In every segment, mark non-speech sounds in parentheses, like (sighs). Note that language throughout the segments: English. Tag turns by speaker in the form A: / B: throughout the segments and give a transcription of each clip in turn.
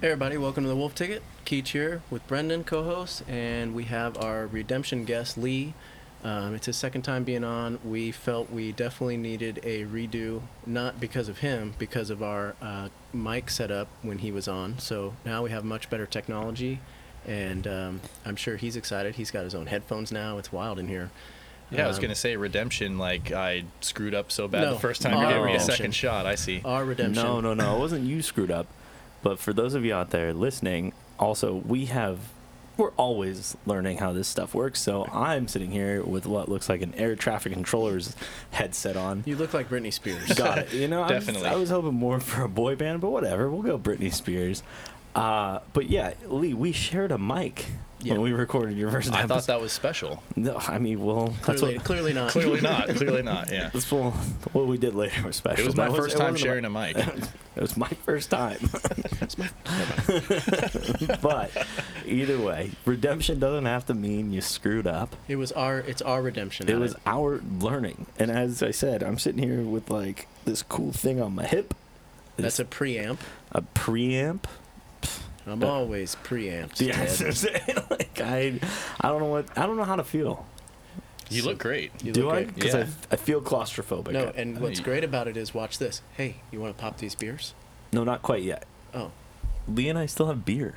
A: Hey everybody, welcome to the Wolf Ticket. Keach here with Brendan, co-host, and we have our redemption guest Lee. Um, it's his second time being on. We felt we definitely needed a redo, not because of him, because of our uh, mic setup when he was on. So now we have much better technology, and um, I'm sure he's excited. He's got his own headphones now. It's wild in here.
B: Yeah, I was
A: Um,
B: gonna say redemption. Like I screwed up so bad
A: No.
B: the first time
A: Oh.
B: you gave me a
A: Redemption.
B: second shot. I see.
A: Um, Our redemption.
C: No, no, no. It wasn't you screwed up. But for those of you out there listening, also we have we're always learning how this stuff works. So I'm sitting here with what looks like an air traffic controller's
B: (laughs)
C: headset on.
A: You look like Britney Spears.
C: Got it. You know, I was-
B: Definitely.
C: I was, hoping more for a boy band, but whatever. We'll go Britney Spears. Uh, but yeah, Lee, we shared a mic
A: Yeah.
C: when we recorded your first
B: I thought
C: episode.
B: that was special.
C: no, I mean, well, that's
A: Clearly,
C: what
A: clearly not.
B: Clearly not. Clearly not.
C: (laughs)
B: Yeah.
C: that's what, what we did later was special.
B: It was
C: That
B: my
C: wasn't-
B: first
C: it
B: time
C: wasn't about- (laughs)
B: sharing a mic.
C: It was my first (laughs) time. but either way, redemption doesn't have to mean you screwed up.
A: It was our. It's our redemption.
C: It
A: at
C: was our learning. And as I said, I'm sitting here with like this cool thing on my hip.
A: That's
C: This-
A: a preamp.
C: a preamp.
A: I'm
C: Uh,
A: always preamped.
C: Yeah, that's what
A: Ted.
C: I'm saying. (laughs) like I, I don't know what I don't know how to feel.
B: (laughs) You look great.
A: You
C: Do
A: look
C: I?
A: great.
C: Because
B: Yeah.
C: I, I feel claustrophobic.
A: No, and
B: I
A: what's
B: mean-
A: great about it is watch this. Hey, you want to pop these beers?
C: no, not quite yet.
A: Oh,
C: Lee and I still have beer.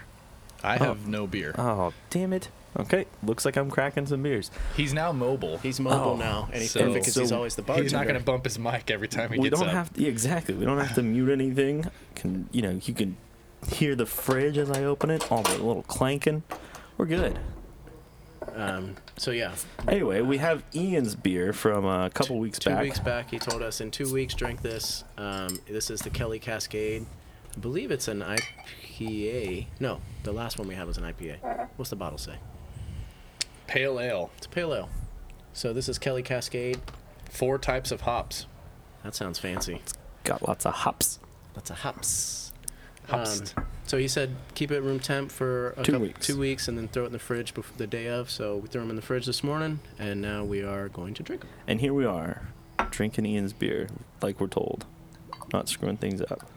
B: I
C: Oh.
B: have no beer.
C: Oh, damn it. Okay, looks like I'm cracking some beers.
B: He's now mobile.
A: he's mobile
C: Oh,
A: now, and he's
B: so-
A: perfect 'cause he's
C: so
A: always the bartender.
B: He's not gonna bump his mic every time he
C: we
B: gets
C: don't
B: up.
C: have to, yeah, exactly. We don't
A: (sighs)
C: have to mute anything. Can you know you can hear the fridge as I open it, all the little clanking. We're good.
A: um, so yeah,
C: Anyway, we have Ian's beer from uh, a couple weeks
A: two
C: back.
A: weeks back, he told us in two weeks drink this. Um, this is the Kelly Cascade. I believe it's an IPA. No, the last one we had was an IPA. What's the bottle say?
B: Pale ale.
A: It's a pale ale. So this is Kelly Cascade.
B: Four types of hops.
A: That sounds fancy.
C: Got lots of hops.
A: That's a hops.
B: Hops.
A: Um, so he said keep it room temp for a
C: Two
A: coup-
C: weeks.
A: two weeks, and then throw it in the fridge bef- the day of. So we threw them in the fridge this morning, and now we are going to drink them.
C: And here we are, drinking Ian's beer like we're told, not screwing things up.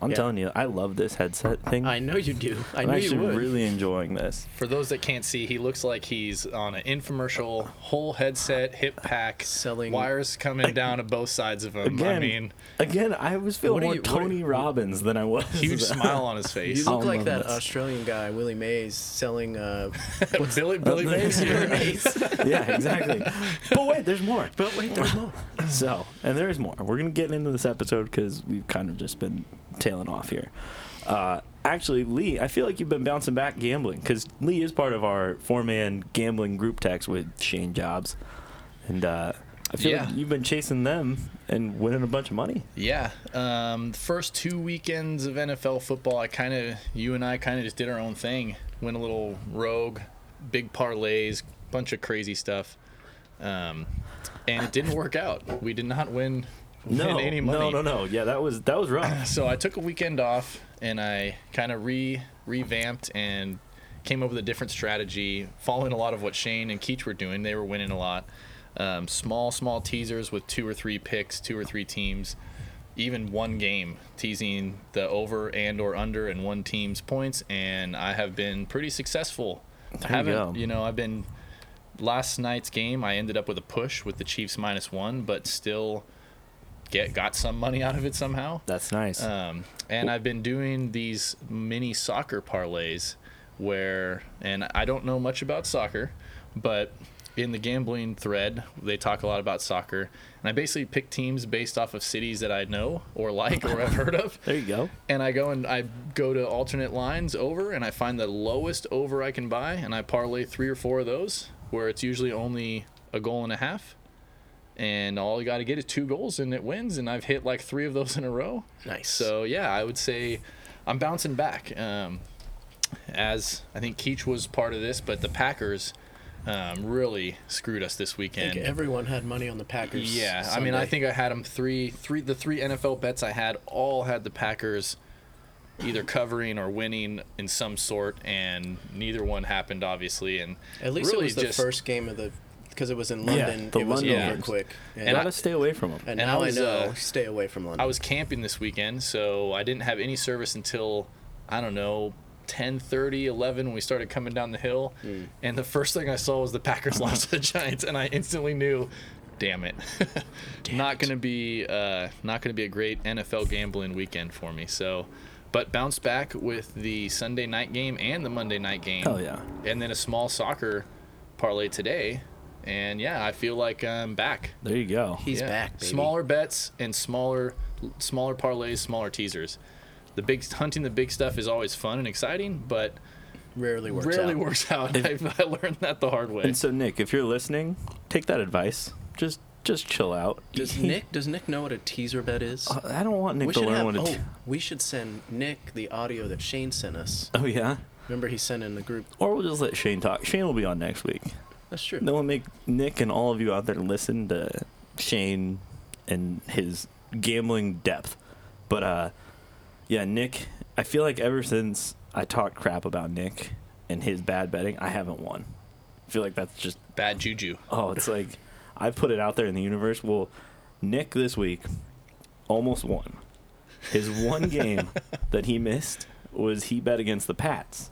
C: I'm
A: Yeah.
C: telling you, I love this headset thing.
A: I know you do. I
C: am
A: knew
C: actually
A: you would.
C: really enjoying this.
B: For those that can't see, he looks like he's on an infomercial, whole headset, hip pack,
A: Selling-
B: wires
C: (laughs)
B: coming down to both sides of him.
C: Again,
B: I mean,
C: again, I was
A: What
C: feeling
A: are
C: more
A: you- what are
C: Tony
A: you-
C: Robbins than I was.
B: huge
C: (laughs)
B: smile on his
A: You
B: face.
A: look
C: I'll
A: like
C: love
A: that
C: this.
A: Australian guy Willie Mays selling. Uh,
B: Billy Billy Mays
C: (laughs)
A: Billy
B: here.
A: Mays.
C: yeah, exactly. But wait, there's more.
A: but wait, there's more.
C: So, and there's more. We're gonna get into this episode because we've kind of just been tailing off here. Uh, actually, Lee, I feel like you've been bouncing back gambling because Lee is part of our four-man gambling group text with Shane Jobs, and uh, I feel
B: Yeah.
C: like you've been chasing them and winning a bunch
B: (laughs)
C: of money.
B: (laughs) Yeah. Um, the first two weekends of NFL football, I kind of, you and I kind of just did our own thing. Went a little rogue, big parlays, bunch of crazy stuff. Um, and it didn't work out. We did not win,
C: No,
B: win any money.
C: no, no, no. Yeah, that was that was
B: (laughs)
C: rough.
B: So I took a weekend off and I kind of re revamped and came up with a different strategy, following a lot of what Shane and Keach were doing. They were winning a lot. Um, small, small teasers with two or three picks, two or three teams, even one game teasing the over and or under and one team's points, and I have been pretty successful. I
C: There you
B: haven't,
C: go.
B: you know, I've been last night's game. I ended up with a push with the Chiefs minus one, but still get got some money out of it somehow.
C: That's nice.
B: Um, and I've been doing these mini soccer parlays where, and I don't know much about soccer, but in the gambling thread, they talk a lot about soccer. And I basically pick teams based off of cities that I know or like or I've heard of.
C: there you go.
B: And I go and I go to alternate lines over and I find the lowest over I can buy and I parlay three or four of those where it's usually only a goal and a half. And all you got to get is two goals and it wins. And I've hit like three of those in a row.
A: Nice.
B: So yeah, I would say I'm bouncing back. Um, as I think Keach was part of this, but the Packers um, really screwed us this
A: I think
B: weekend.
A: everyone had money on the Packers.
B: yeah, I mean, I
A: Sunday.
B: think I had them three, three. The three NFL bets I had all had the Packers either covering or winning in some sort, and neither one happened, obviously. And
A: at least it
B: really
A: was the
B: just,
A: first game of the because it was in London.
C: the
A: it was
C: London
A: over
B: games.
A: quick.
B: And I-
C: Gotta stay away from them.
A: and
B: and I
A: now I
B: was,
A: know.
B: uh,
A: stay away from London.
B: I was camping this weekend, so I didn't have any service until I don't know, 10:30, 11 when we started coming down the hill,
C: Hmm.
B: and the first thing I saw was the
C: (laughs)
B: Packers lost to the Giants, and I instantly knew, damn it, (laughs) not gonna be uh, not gonna be a great NFL gambling weekend for me. So, but bounce back with the Sunday night game and the Monday night game.
C: Hell yeah.
B: And then a small soccer parlay today, and yeah, I feel like I'm back.
C: There you go.
A: He's back, baby.
B: Smaller bets and smaller, smaller parlays, smaller teasers. The big hunting the big stuff is always fun and exciting, but
A: Rarely works
B: rarely
A: out.
B: works out. I, I learned that the hard way.
C: And so Nick, if you're listening, take that advice. Just just chill out.
B: (laughs)
A: Does Nick does Nick know what a teaser bet is?
C: I don't want Nick
A: we
C: to
A: should
C: learn
A: have,
C: what it.
A: oh, we should send Nick the audio that Shane sent us.
C: oh yeah.
A: Remember he sent in the group.
C: Or we'll just let Shane talk. Shane will be on next week.
A: That's true.
C: Then we'll make Nick and all of you out there listen to Shane and his gambling depth. But uh yeah, Nick, I feel like ever since I talked crap about Nick and his bad betting, I haven't won. I feel like that's just
B: Bad juju.
C: oh, it's like I put it out there in the universe. Well, Nick this week almost won.
A: (laughs)
C: His one game that he missed was he bet against the Pats.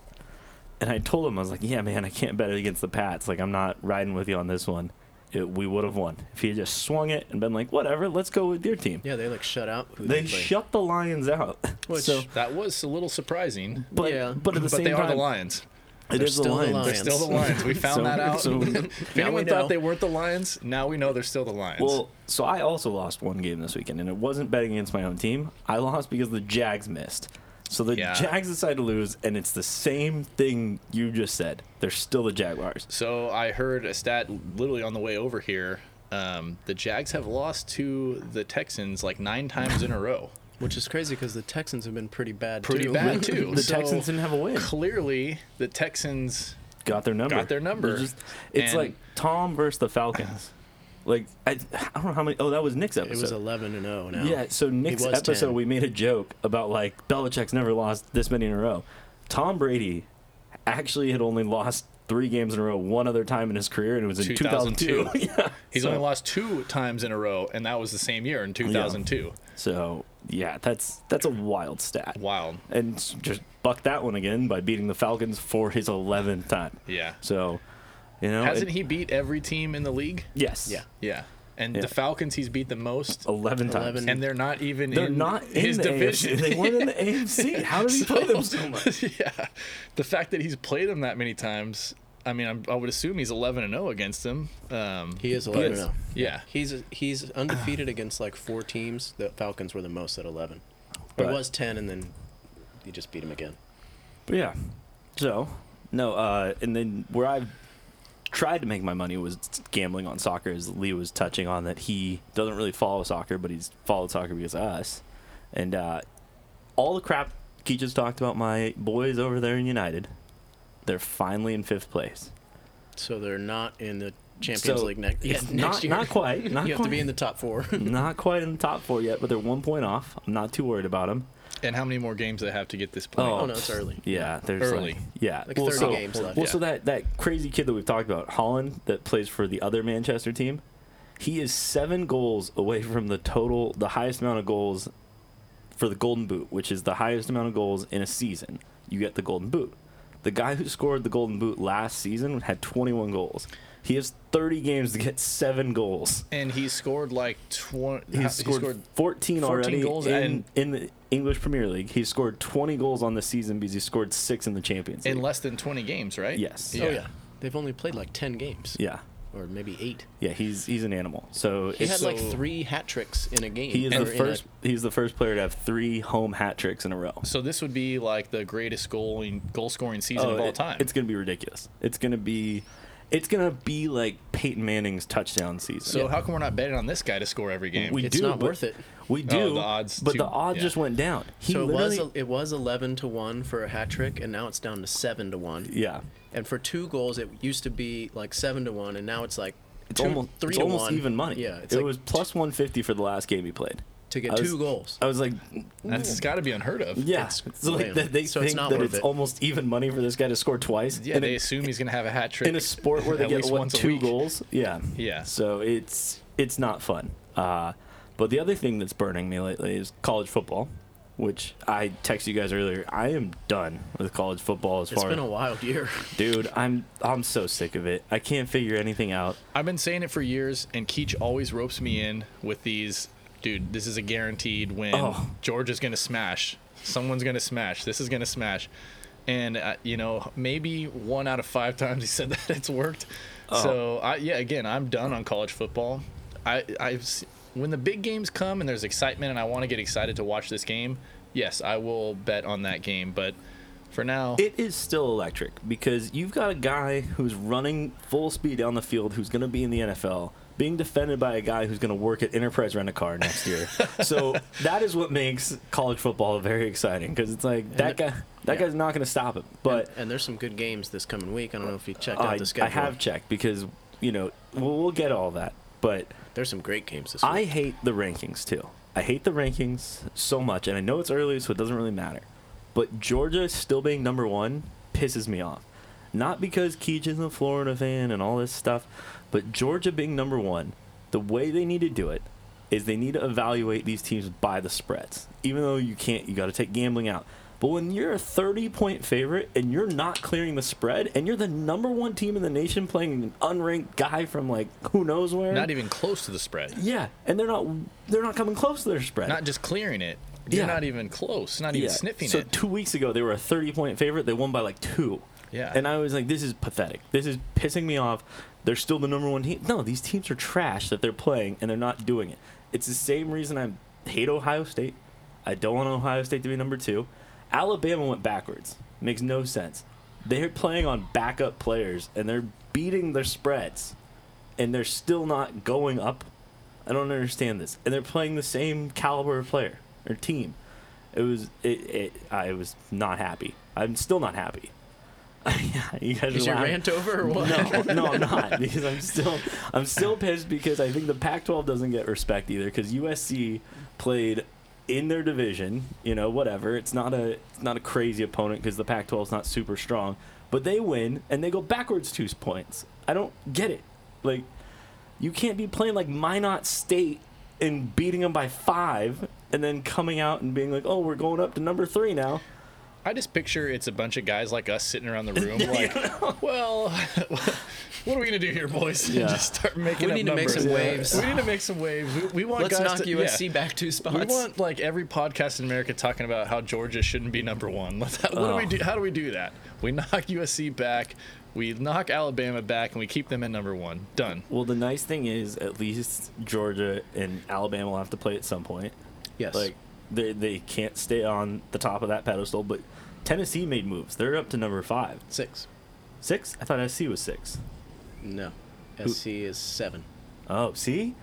C: And I told him, I was like, yeah, man, I can't bet against the Pats. Like, I'm not riding with you on this one. It, we would have won. If he had just swung it and been like, whatever, let's go with your team.
A: Yeah, they like shut out. Who
C: They
A: played.
C: shut the Lions out.
A: Which-
C: so,
B: That was a little surprising.
C: but,
A: Yeah.
C: but at the
B: but
C: same
B: they
C: time,
B: are the Lions.
C: it
A: They're
C: is the
A: still the
C: Lions.
A: Lions.
B: Still the Lions.
C: (laughs)
B: We found
C: So-
B: that out.
C: so-
B: if
A: Now we
B: anyone
A: know.
B: thought they weren't the Lions, now we know they're still the Lions.
C: Well, so I also lost one game this weekend, and it wasn't betting against my own team. I lost because the Jags missed. So the
B: Yeah.
C: Jags decided to lose, and it's the same thing you just said. They're still the Jaguars.
B: so I heard a stat literally on the way over here. Um, the Jags have lost to the Texans like nine times in a row.
A: Which is crazy because the Texans have been pretty bad.
B: Pretty
A: too. (laughs)
B: bad too.
C: The
B: So
C: Texans didn't have a win.
B: Clearly, the Texans
C: Got their number.
B: Got their number.
C: They're it's
B: And-
C: like Tom versus the Falcons. like I, I don't know how many. Oh, that was Nick's episode.
A: It was 11 and 0 now.
C: Yeah, so Nick's
A: was
C: episode,
A: 10.
C: we made a joke about like Belichick's never lost this many in a row. Tom Brady actually had only lost three games in a row one other time in his career, and it was in 2002.
B: 2002.
C: (laughs) yeah.
B: He's
C: so,
B: only lost two times in a row, and that was the same year in 2002.
C: So yeah, that's that's a wild stat.
B: Wild.
C: And s- just buck that one again by beating the Falcons for his 11th time.
B: Yeah.
C: So, you know,
B: Hasn't
C: it-
B: he beat every team in the league?
C: Yes.
A: Yeah.
B: Yeah. And
C: Yeah.
B: the Falcons he's beat the most,
C: 11 times.
A: 11.
B: and they're not even
C: They're
B: in
C: not in
B: his
C: the
B: division. (laughs)
C: AFC. They weren't in the AFC. How did he play them so much?
B: yeah. The fact that he's played them that many times, I mean, I'm, I would assume he's 11 and 0 against them. Um,
A: He is 11 and oh. 0.
B: yeah.
A: He's he's undefeated against like four teams. The Falcons were the most at 11. Or
C: But-
A: it was 10 and then you just beat him again.
C: But yeah. So, no, uh, and then where I've tried to make my money was gambling on soccer, as Lee was touching on that he doesn't really follow soccer, but he's followed soccer because of us. And uh, all the crap he just talked about my boys over there in United, they're finally in fifth place.
A: So they're not in the Champions
C: So,
A: League ne-
C: it's
A: yet, (laughs) next
C: not,
A: year. (laughs)
C: Not quite. Not
A: you have to
C: quite.
A: be in the top 4.
C: not quite in the top four yet, but they're one point off. I'm not too worried about them.
B: And how many more games they have to get this point?
A: Oh, no, it's early.
C: Yeah, there's
B: Early.
C: like- yeah,
A: (laughs) Like 30
C: so,
A: games left.
C: Well, so
B: Yeah.
C: that that crazy kid that we've talked about, Holland, that plays for the other Manchester team, he is seven goals away from the total, the highest amount of goals for the Golden Boot, which is the highest amount of goals in a season. You get the Golden Boot. The guy who scored the Golden Boot last season had 21 goals. He has 30 games to get seven goals.
B: And he scored like 20.
C: He's scored, 14 already
B: goals
C: in,
B: and-
C: in the English Premier League. He scored 20 goals on the season because he scored six in the Champions League.
B: in less than 20 games, right?
C: Yes.
A: Oh yeah. They've only played like 10 games
C: yeah,
A: or maybe 8.
C: yeah, he's he's an animal. So
A: He
C: it's,
A: had like
B: So-
A: 3 hat tricks in a game.
C: he is
A: or
C: the
A: in a-
C: first he's the first player to have three home hat tricks in a row.
B: So this would be like the greatest goal goal scoring season
C: Oh,
B: of all
C: it-
B: time.
C: it's gonna be ridiculous. It's gonna be, it's gonna be like Peyton Manning's touchdown season.
B: so how come we're not betting on this guy to score every game?
C: we
A: It's
C: do,
A: not
C: but-
A: worth it.
C: We do,
B: Oh, the odds
C: but
B: too-
C: the odds
B: yeah.
C: just went down. He
A: so it was
C: literally-
A: it was 11 to 1 for a hat trick and now it's down to 7 to 1.
C: yeah.
A: And for two goals, it used to be like seven to one, and now it's like
C: It's
A: two-
C: almost
A: three
C: it's
A: to
C: almost
A: one.
C: even money.
A: Yeah, it's
C: it
A: like
C: was plus 150 for the last game he played.
A: to get
C: I was-
A: two goals.
C: I was like,
B: Mm. That's got to be unheard of.
C: yeah.
A: It's
C: so like
A: lame.
C: that they
A: So it's
C: think
A: not
C: that
A: worth
C: it's
A: it.
C: almost even money for this guy to score twice.
B: Yeah,
C: And
B: they
C: it-
B: assume he's gonna have a hat trick
C: in a sport where they
B: at
C: get
B: least
C: what,
B: once a
C: two
B: week.
C: goals. Yeah.
B: Yeah.
C: So it's it's not fun. Uh, but the other thing that's burning me lately is college football, which I texted you guys earlier. I am done with college football as
A: It's
C: far
A: been a wild year. (laughs)
C: Dude, I'm I'm so sick of it. I can't figure anything out.
B: I've been saying it for years, and Keach always ropes me in with these. Dude, this is a guaranteed win.
C: Oh.
B: George is going to smash. Someone's going to smash. This is going to smash. And uh, you know, maybe one out of five times he said (laughs) that it's worked.
C: Oh.
B: So I, yeah, again, I'm done on college football. I, I've s- when the big games come and there's excitement, and I want to get excited to watch this game. Yes, I will bet on that game. But for now,
C: It is still electric because you've got a guy who's running full speed down the field who's going to be in the NFL being defended by a guy who's going to work at Enterprise Rent a Car next
A: (laughs)
C: year. so that is what makes college football very exciting because it's like that guy that
A: yeah.
C: guy's not going to stop it. But
A: and, there's some good games this coming week. I don't know if you checked
C: I,
A: out the schedule.
C: I have checked because you know we'll, we'll get all that, but
A: There's some great games this week.
C: I hate the rankings too. I hate the rankings so much, and I know it's early, so it doesn't really matter. But Georgia still being number one pisses me off. Not because Keach is a Florida fan and all this stuff, but Georgia being number one, the way they need to do it is they need to evaluate these teams by the spreads. Even though you can't, you got to take gambling out. But when you're a 30 point favorite and you're not clearing the spread, and you're the number one team in the nation playing an unranked guy from like who knows where,
B: not even close to the spread.
C: yeah, and they're not they're not coming close to their spread.
B: Not just clearing it. You're
C: Yeah.
B: not even close. Not even
C: Yeah.
B: sniffing
C: So
B: it.
C: two weeks ago they were a thirty point favorite. They won by like two.
B: Yeah.
C: And I was like, this is pathetic. This is pissing me off. They're still the number one team. No, these teams are trash that they're playing and they're not doing it. It's the same reason I hate Ohio State. I don't want Ohio State to be number two. Alabama went backwards. Makes no sense. They're playing on backup players and they're beating their spreads and they're still not going up. I don't understand this. And they're playing the same caliber of player or team. It was it, it I was not happy. I'm still not happy. (laughs) yeah, you guys
A: Is
C: are
A: your
C: laughing.
A: rant over or what?
C: (laughs)
A: (laughs)
C: No, no, I'm not because I'm still I'm still pissed because I think the Pac-12 doesn't get respect either because USC played in their division. You know, whatever. It's not a it's not a crazy opponent because the Pac-12 is not super strong, but they win and they go backwards two points. I don't get it. Like, you can't be playing like Minot State and beating them by five and then coming out and being like, oh, we're going up to number three now.
B: I just picture it's a bunch of guys like us sitting
C: (laughs)
B: around the room, like, well, (laughs) what are we gonna do here, boys? And
C: Yeah.
B: just start making.
A: We
B: up
A: need to make
B: numbers.
A: some waves.
B: We need to make some waves. We, we want
A: Let's
B: guys
A: knock
B: to,
A: USC
B: yeah.
A: back two spots.
B: We want like every podcast in America talking about how Georgia shouldn't be number one. (laughs) Let's- what do we
C: Oh.
B: do? How do we do that? We knock (laughs) USC back. We knock Alabama back, and we keep them at number one. Done.
C: Well, the nice thing is, at least Georgia and Alabama will have to play at some point.
A: yes.
C: Like they they can't stay on the top of that pedestal, but Tennessee made moves. They're up to number five,
A: six.
C: six. I thought SC was six.
A: No. SC is seven.
C: Oh, see,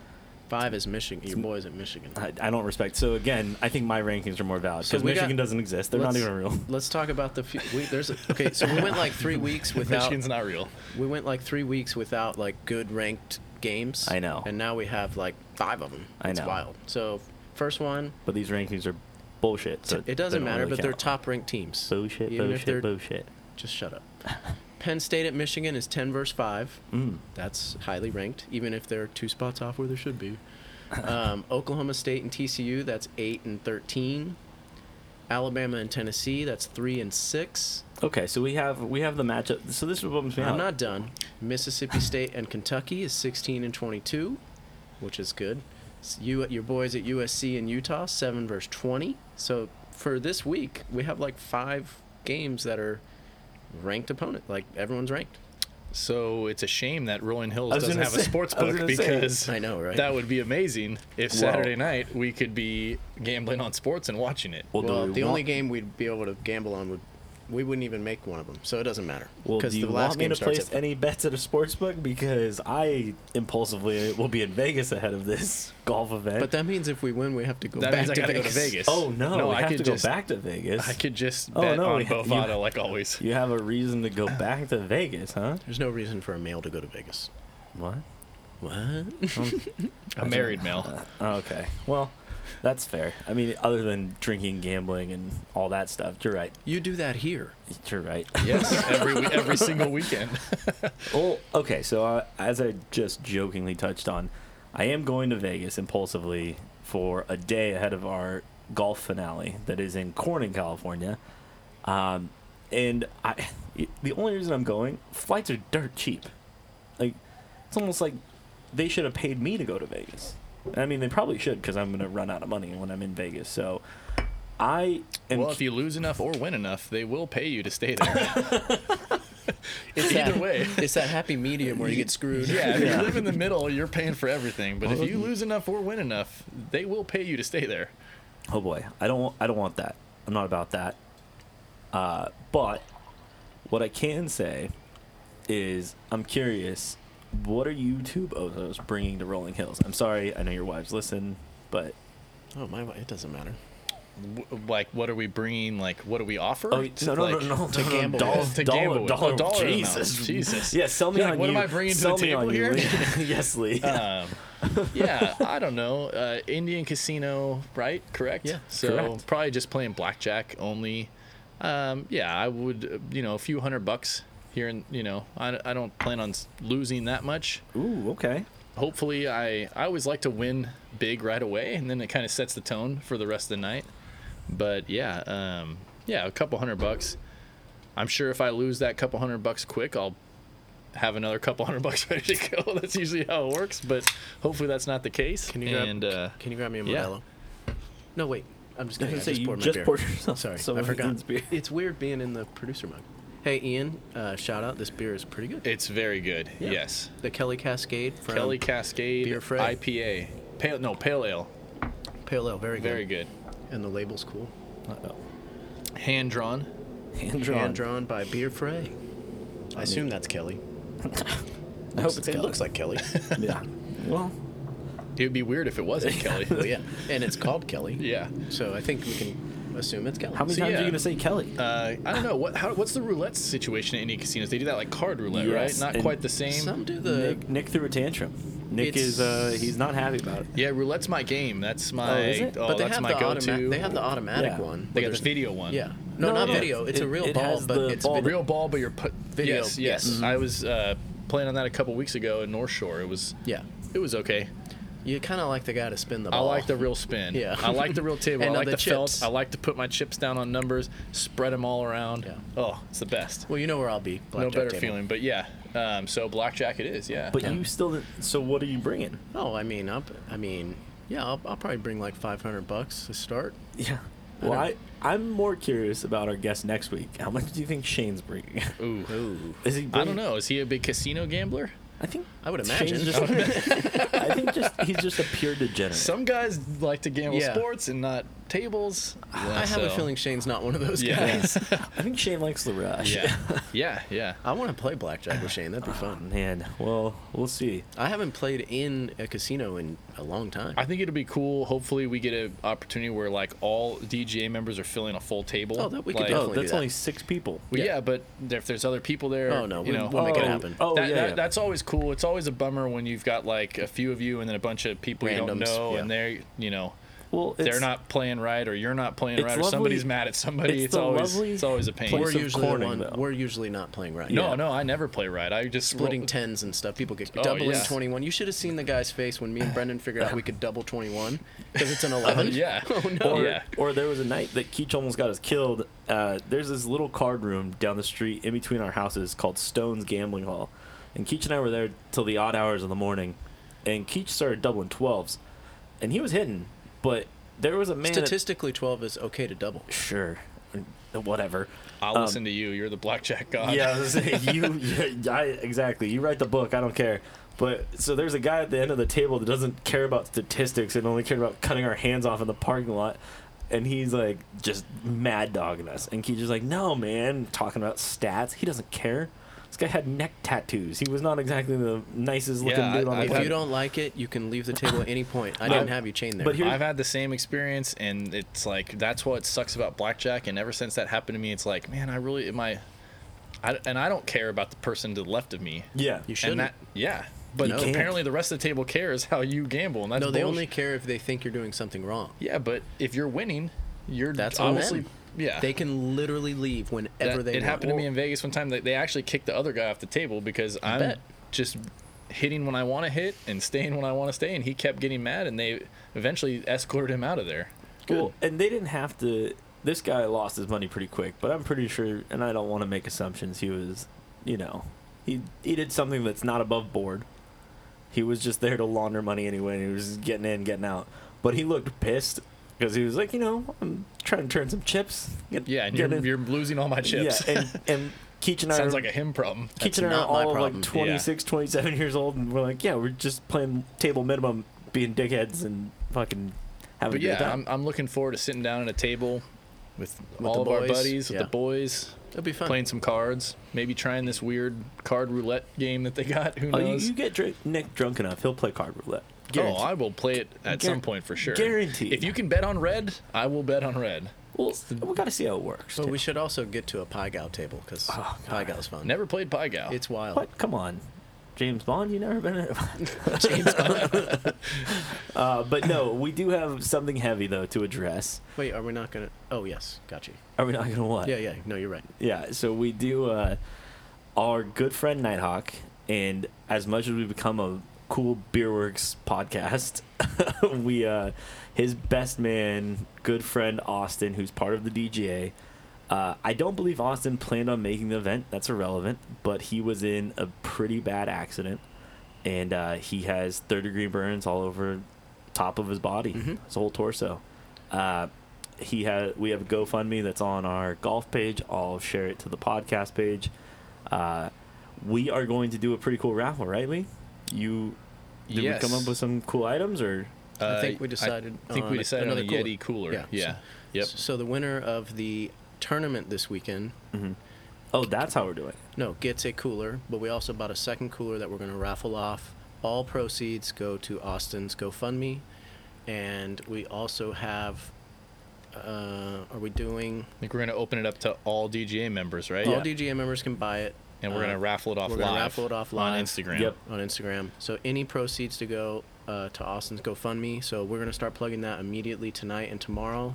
A: Five is Michigan. Your boys at Michigan.
C: I, I don't respect. So again, I think my rankings are more valid
A: So
C: because
A: we got-
C: Michigan doesn't exist. They're not
A: Let's-
C: even real. (laughs)
A: Let's talk about the. Few, we, there's a, okay, so we went like three
C: (laughs)
A: weeks without.
B: Michigan's not real.
A: We went like three weeks without like good ranked games.
C: I know.
A: And now we have like five of them.
C: I
A: It's
C: know.
A: wild. So first one,
C: But these rankings are bullshit. So
A: it doesn't matter, but they're
C: top.
A: top ranked teams.
C: Bullshit,
A: Even if they're-
C: bullshit, bullshit.
A: Just shut up. (laughs) Penn State at Michigan is ten versus five.
C: Mm.
A: That's highly ranked, even if they're two spots off where they should be. Um, Oklahoma State and TCU, that's eight and thirteen. Alabama and Tennessee, that's three and six.
C: Okay, so we have we have the matchup. So this is what bums me out.
A: I'm not done. Mississippi State and Kentucky is 16 and 22, which is good. S- You your boys at USC and Utah 7 versus 20. So for this week, we have like 5 games that are ranked opponent. Like everyone's ranked.
B: So it's a shame that Rolling Hills
C: I was
B: doesn't
C: gonna
B: have a
C: say-
B: sports
C: I was
B: book
C: gonna say.
B: because
A: I know, right?
B: that would be amazing if
C: Well-
B: Saturday night we could be gambling on sports and watching it.
C: Well, do
A: well,
C: we
A: the
C: want-
A: only game we'd be able to gamble on would we wouldn't even make one of them. So it doesn't matter
C: Well, do
A: the
C: you want me to
A: starts
C: place
A: at-
C: any bets at a sports book? Because I impulsively will be in Vegas ahead of this (laughs) golf event.
A: But that means if we win, we have to go
B: That
A: back
B: means I
A: to
B: gotta go to
A: Vegas.
B: Vegas.
C: oh no,
B: No,
C: we
B: I
C: have
B: could
C: to go
B: just-
C: back to Vegas.
B: I could just
C: Oh,
B: bet
C: no,
B: on
C: we-
B: Bovada
C: you-
B: like always.
C: You have a reason
B: (sighs)
C: to go back to Vegas, huh?
A: There's no reason for a male to go to Vegas.
C: What? Uh,
A: What?
B: A married
C: (laughs)
B: male.
C: Okay. Well, that's fair. I mean, other than drinking, gambling, and all that stuff, you're right.
A: You do that here.
C: You're right.
B: Yes, every we- every
C: (laughs)
B: single weekend.
C: Well, okay. So uh, as I just jokingly touched on, I am going to Vegas impulsively for a day ahead of our golf finale that is in Corning, California. Um, and I, (laughs) the only reason I'm going, flights are dirt cheap. Like, it's almost like they should have paid me to go to Vegas. I mean, they probably should because I'm going to run out of money when I'm in Vegas. So, I am.
B: well, if you lose enough or win enough, they will pay you to stay
C: (laughs)
B: there.
A: It's
B: Either
A: that,
B: way.
A: (laughs) It's that happy medium where you
C: (laughs)
A: get screwed.
B: yeah, if you live in the middle, you're paying for everything. But if you lose enough or win enough, they will pay you to stay there.
C: oh boy, I don't. I don't want that. I'm not about that. Uh, but what I can say is, I'm curious. What are you two bozos bringing to Rolling Hills? I'm sorry. I know your wives listen, but
A: (laughs) Oh my, it doesn't matter.
B: W- like, what are we bringing? Like, what do we offer?
C: Oh,
B: To,
C: no, no,
B: like,
C: no, no, (laughs)
A: to
C: no, no,
A: gamble
C: Dollar,
A: with.
B: To
C: dollar,
B: gamble with.
C: dollar,
B: Oh, dollar
C: Jesus, (laughs)
B: amounts. Jesus.
C: Yeah, sell me
B: You're like,
C: on
B: what am
C: you.
B: I bringing to the
C: sell me
B: table
C: on
B: here? (laughs)
C: You, Lee. (laughs) yes, Lee.
B: Um, yeah, I don't know. Uh, Indian casino, right? Correct.
A: Yeah,
B: So
C: correct.
B: probably just playing blackjack only. Um, yeah, I would. uh, You know, a few hundred bucks here, and you know, I, I don't plan on s- losing that much.
C: Ooh, okay.
B: Hopefully, I I always like to win big right away, and then it kind of sets the tone for the rest of the night. But yeah, um, yeah, a couple hundred bucks. I'm sure if I lose that couple hundred bucks quick, I'll have another couple hundred bucks (laughs) ready to go. That's usually how it works, but hopefully that's not the case.
A: Can you grab?
B: and uh,
A: can you grab me a
B: yeah.
A: Modelo? No, wait. I'm just
C: I was
A: kidding. I
C: gonna say,
A: just
C: you
A: poured my
C: just
A: beer.
C: poured yourself
A: (laughs) Sorry,
C: some
A: I
C: of Ian's
A: forgot. (laughs)
C: beer.
A: It's weird being in the producer mug. Hey, Ian. Uh, shout out. This beer is pretty good.
B: it's very good.
A: Yeah.
B: Yes,
A: The Kelly Cascade from
B: Kelly Cascade
A: Beer Fray.
B: IPA, pale no pale ale,
A: Pale Ale. Very good.
B: very good,
A: And the label's cool.
C: Uh-oh.
B: hand drawn.
C: Hand drawn.
A: Hand drawn by Beer Fray. I assume that's Kelly.
C: I hope it's
A: it
C: Kelly.
A: looks like
C: (laughs)
A: Kelly.
C: yeah. Well,
B: It would be weird if it
A: (laughs)
B: wasn't Kelly.
A: well, Oh, yeah. And it's called Kelly.
B: yeah.
A: So I think we can assume it's Kelly.
C: how many
B: So,
C: times are
B: yeah.
C: you gonna say Kelly?
B: Uh, I don't know what how, what's the roulette situation at Indian casinos. They do that like card roulette,
C: Yes,
B: right? Not
C: and
B: quite the same.
A: Some do the.
C: Nick, Nick threw a tantrum. Nick
A: It's-
C: is uh, he's not happy about it.
B: Yeah, roulette's my game. That's my.
C: is it?
B: Oh,
A: but they
B: that's
A: have
B: my
A: the
B: go-to.
A: automatic. They have the automatic
C: Yeah.
A: one.
B: They
A: where
B: got
A: there's-
B: the video one.
A: Yeah. No,
C: No,
A: not
C: no,
A: video. It's
C: it-
A: a real
C: it
A: ball,
C: has
A: but
C: the
A: it's
C: ball
A: video.
B: real ball, but you're put
A: Video,
B: Yes, yes.
A: yes. Mm-hmm.
B: I was uh, playing on that a couple weeks ago in North Shore. It was
A: Yeah.
B: it was okay.
A: You kind of like the guy to spin the
B: I
A: ball.
B: like the real spin.
A: (laughs) Yeah.
B: I like the real table.
A: (laughs)
B: I
A: And
B: like the,
A: the
B: felt.
A: chips.
B: I like to put my chips down on numbers, spread them all around.
A: Yeah.
B: Oh, it's the best.
A: Well, you know where I'll be.
B: no
A: Blackjack
B: better
A: table.
B: feeling. But yeah, um, so blackjack it is. Yeah.
C: But you still. didn't- So what are you bringing?
A: Oh, I mean, I'll, I mean, yeah, I'll, I'll probably bring like 500 bucks to start.
C: Yeah. Well,
A: I
C: I, I'm more curious about our guest next week. How much do you think Shane's bringing? (laughs)
B: Ooh.
A: Ooh.
C: Is he?
B: I don't
C: Bringing,
B: know. Is he a big casino gambler?
C: I think
A: (laughs) I would
C: Shane's
A: imagine.
C: (laughs) Just, I think just he's just a pure degenerate.
B: Some guys like to gamble
A: Yeah.
B: sports and not tables.
A: I have a
B: so-
A: feeling Shane's not one of those
B: Yeah.
A: guys.
C: I think Shane likes the rush.
B: Yeah. Yeah. Yeah.
A: (laughs) I want to play blackjack with Shane. That'd be fun.
C: (laughs) Man, well, we'll see.
A: I haven't played in a casino in a long time.
B: I think it'll be cool. Hopefully, we get an opportunity where like all DGA members are filling a full table.
A: Oh, that we could
B: like,
A: do.
C: Oh,
A: Definitely
C: that's
A: that.
C: only six people.
B: Well, yeah. but if there's other people there,
A: Oh, no,
B: you
A: we-
B: know,
A: we'll make it
C: oh,
A: happen.
C: Oh,
B: that,
C: yeah,
B: that-
C: yeah.
B: That's always cool. It's always a bummer when you've got like a few of you and then a bunch of people you don't
A: Randoms,
B: know,
A: yeah.
B: and they're you know
C: well,
B: they're
C: it's-
B: not playing right, or you're not playing
C: It's
B: right, or
C: lovely-
B: somebody's mad at somebody. It's,
C: it's the
B: always
C: lovely
B: it's always a pain.
A: we're
C: place of
A: usually
C: Corning,
A: the one.
C: though.
A: We're usually not playing right.
B: no,
C: yeah.
B: no, I never play right. I just roll-
A: Splitting tens and stuff. People get
B: Oh,
A: doubling
B: yeah.
A: 21. You should have seen the guy's face when me and Brendan figured out we could double 21 because
B: (laughs)
A: it's an 11.
B: yeah.
A: (laughs) Oh, no.
C: Or,
B: Yeah.
C: or there was a night that Keach almost got us killed. Uh, there's this little card room down the street in between our houses called Stone's Gambling Hall. And Keach and I were there till the odd hours of the morning. And Keach started doubling 12s. And he was hitting, but there was a man. at-
A: Statistically, 12 is okay to double.
C: sure. Whatever.
B: I'll
C: Um,
B: listen to you. You're the blackjack
A: Uh,
B: god. (laughs)
C: Yeah, I was gonna say, you, (laughs) you I, exactly. You write the book. I don't care. But so there's a guy at the end of the table that doesn't care about statistics and only cared about cutting our hands off in the parking lot. And he's like just mad dogging us. And Keegan's like, no, man, talking about stats. He doesn't care. This guy had neck tattoos. He was not exactly the nicest looking
B: Yeah,
C: dude
B: I-
C: on
B: I've
C: the
A: If
B: had-
A: you
C: planet.
A: don't like it, you can leave the table at any point.
B: (laughs)
A: I didn't have you chained there.
C: but here-
B: I've had the same experience, and it's like that's what sucks about blackjack. And ever since that happened to me, it's like, man, I really am I, I and I don't care about the person to the left of me.
C: Yeah.
A: you
B: and
A: shouldn't.
B: that yeah, but
A: You can't.
B: apparently the rest of the table cares how you gamble, and that's
A: no, they
B: bullsh-
A: only care if they think you're doing something wrong.
B: yeah. But if you're winning, you're
A: That's on
B: obviously
A: them.
B: yeah.
A: They can literally leave whenever
B: That-
A: they
B: it
A: want.
B: happened to me in Vegas one time. They, they actually kicked the other guy off the table because I'm
A: bet.
B: just hitting when I want to hit and staying when I want to stay, and he kept getting mad, and they eventually escorted him out of there. Good.
C: Well, and they didn't have to. This guy lost his money pretty quick, but I'm pretty sure, and I don't want to make assumptions. He was, you know, he he did something that's not above board. He was just there to launder money anyway. And he was getting in, getting out, but he looked pissed because he was like, you know, I'm trying to turn some chips. Get,
B: yeah, and
C: get
B: you're,
C: in."
B: you're losing all my chips.
C: Yeah, and, and Keach and
B: (laughs)
C: I
B: Sounds
C: are-
B: like a him problem.
A: That's
C: Keach and I are
A: not my
C: all
A: problem.
C: like 26, 27 years old, and we're like, yeah, we're just playing table minimum, being dickheads, and fucking having
B: But
C: a good
B: yeah,
C: time.
B: I'm, I'm looking forward to sitting down at a table with,
A: With
B: all of
A: the
B: our
A: boys,
B: buddies,
A: yeah.
B: with the boys,
A: It'll be fun.
B: playing some cards, maybe trying this weird card roulette game that they got. Who
C: oh, you,
B: knows?
C: you get dr- Nick drunk enough, he'll play card roulette.
B: oh,
C: Guaranteed.
B: I will play it at
C: Guar-
B: some point for sure.
C: guaranteed.
B: If you can bet on red, I will bet on red.
C: well, we got to see how
B: Oh,
C: it works.
A: But
C: too.
A: we should also get to a Pie Gal table
B: Uh-huh.
A: because
C: Oh, God.
A: Pie Gal's fun.
B: Never played Pie Gal.
A: It's wild.
C: What? Come on, James Bond. You never been.
B: (laughs)
C: (laughs) At- uh, but no, we do have something heavy though to address.
A: Wait, are we not gonna? Oh yes, got you.
C: Are we not gonna what?
A: Yeah, yeah. No, you're right.
C: Yeah, so we do uh, our good friend Nighthawk, and as much as we become a cool Beerworks podcast, (laughs) we uh, his best man, good friend Austin, who's part of the DGA. Uh, I don't believe Austin planned on making the event. That's irrelevant, but he was in a pretty bad accident, and uh, he has third degree burns all over top of his body,
A: Mhm.
C: his whole torso. Uh, he had we have a GoFundMe that's on our golf page. I'll share it to the podcast page. Uh, we are going to do a pretty cool raffle, right, Lee? You did
B: Yes.
C: we come up with some cool items or
A: I think
B: Uh,
A: we decided.
B: I think
A: on
B: we decided on a
A: another cooler.
B: Yeti cooler. Yeah.
A: Yeah.
B: Yep.
A: So the winner of the tournament this weekend,
C: oh that's how we're doing. it.
A: no, gets a cooler, but we also bought a second cooler that we're going to raffle off. All proceeds go to Austin's GoFundMe, and we also have. Uh, are we doing?
B: I think we're gonna open it up to all DGA members, right?
A: All DGA members can buy it,
B: And we're
A: uh,
B: gonna raffle it off
A: we're
B: live.
A: gonna raffle it off
B: on
A: live.
B: Instagram.
C: Yep.
A: on Instagram. So any proceeds to go uh, to Austin's GoFundMe. So we're gonna start plugging that immediately tonight and tomorrow.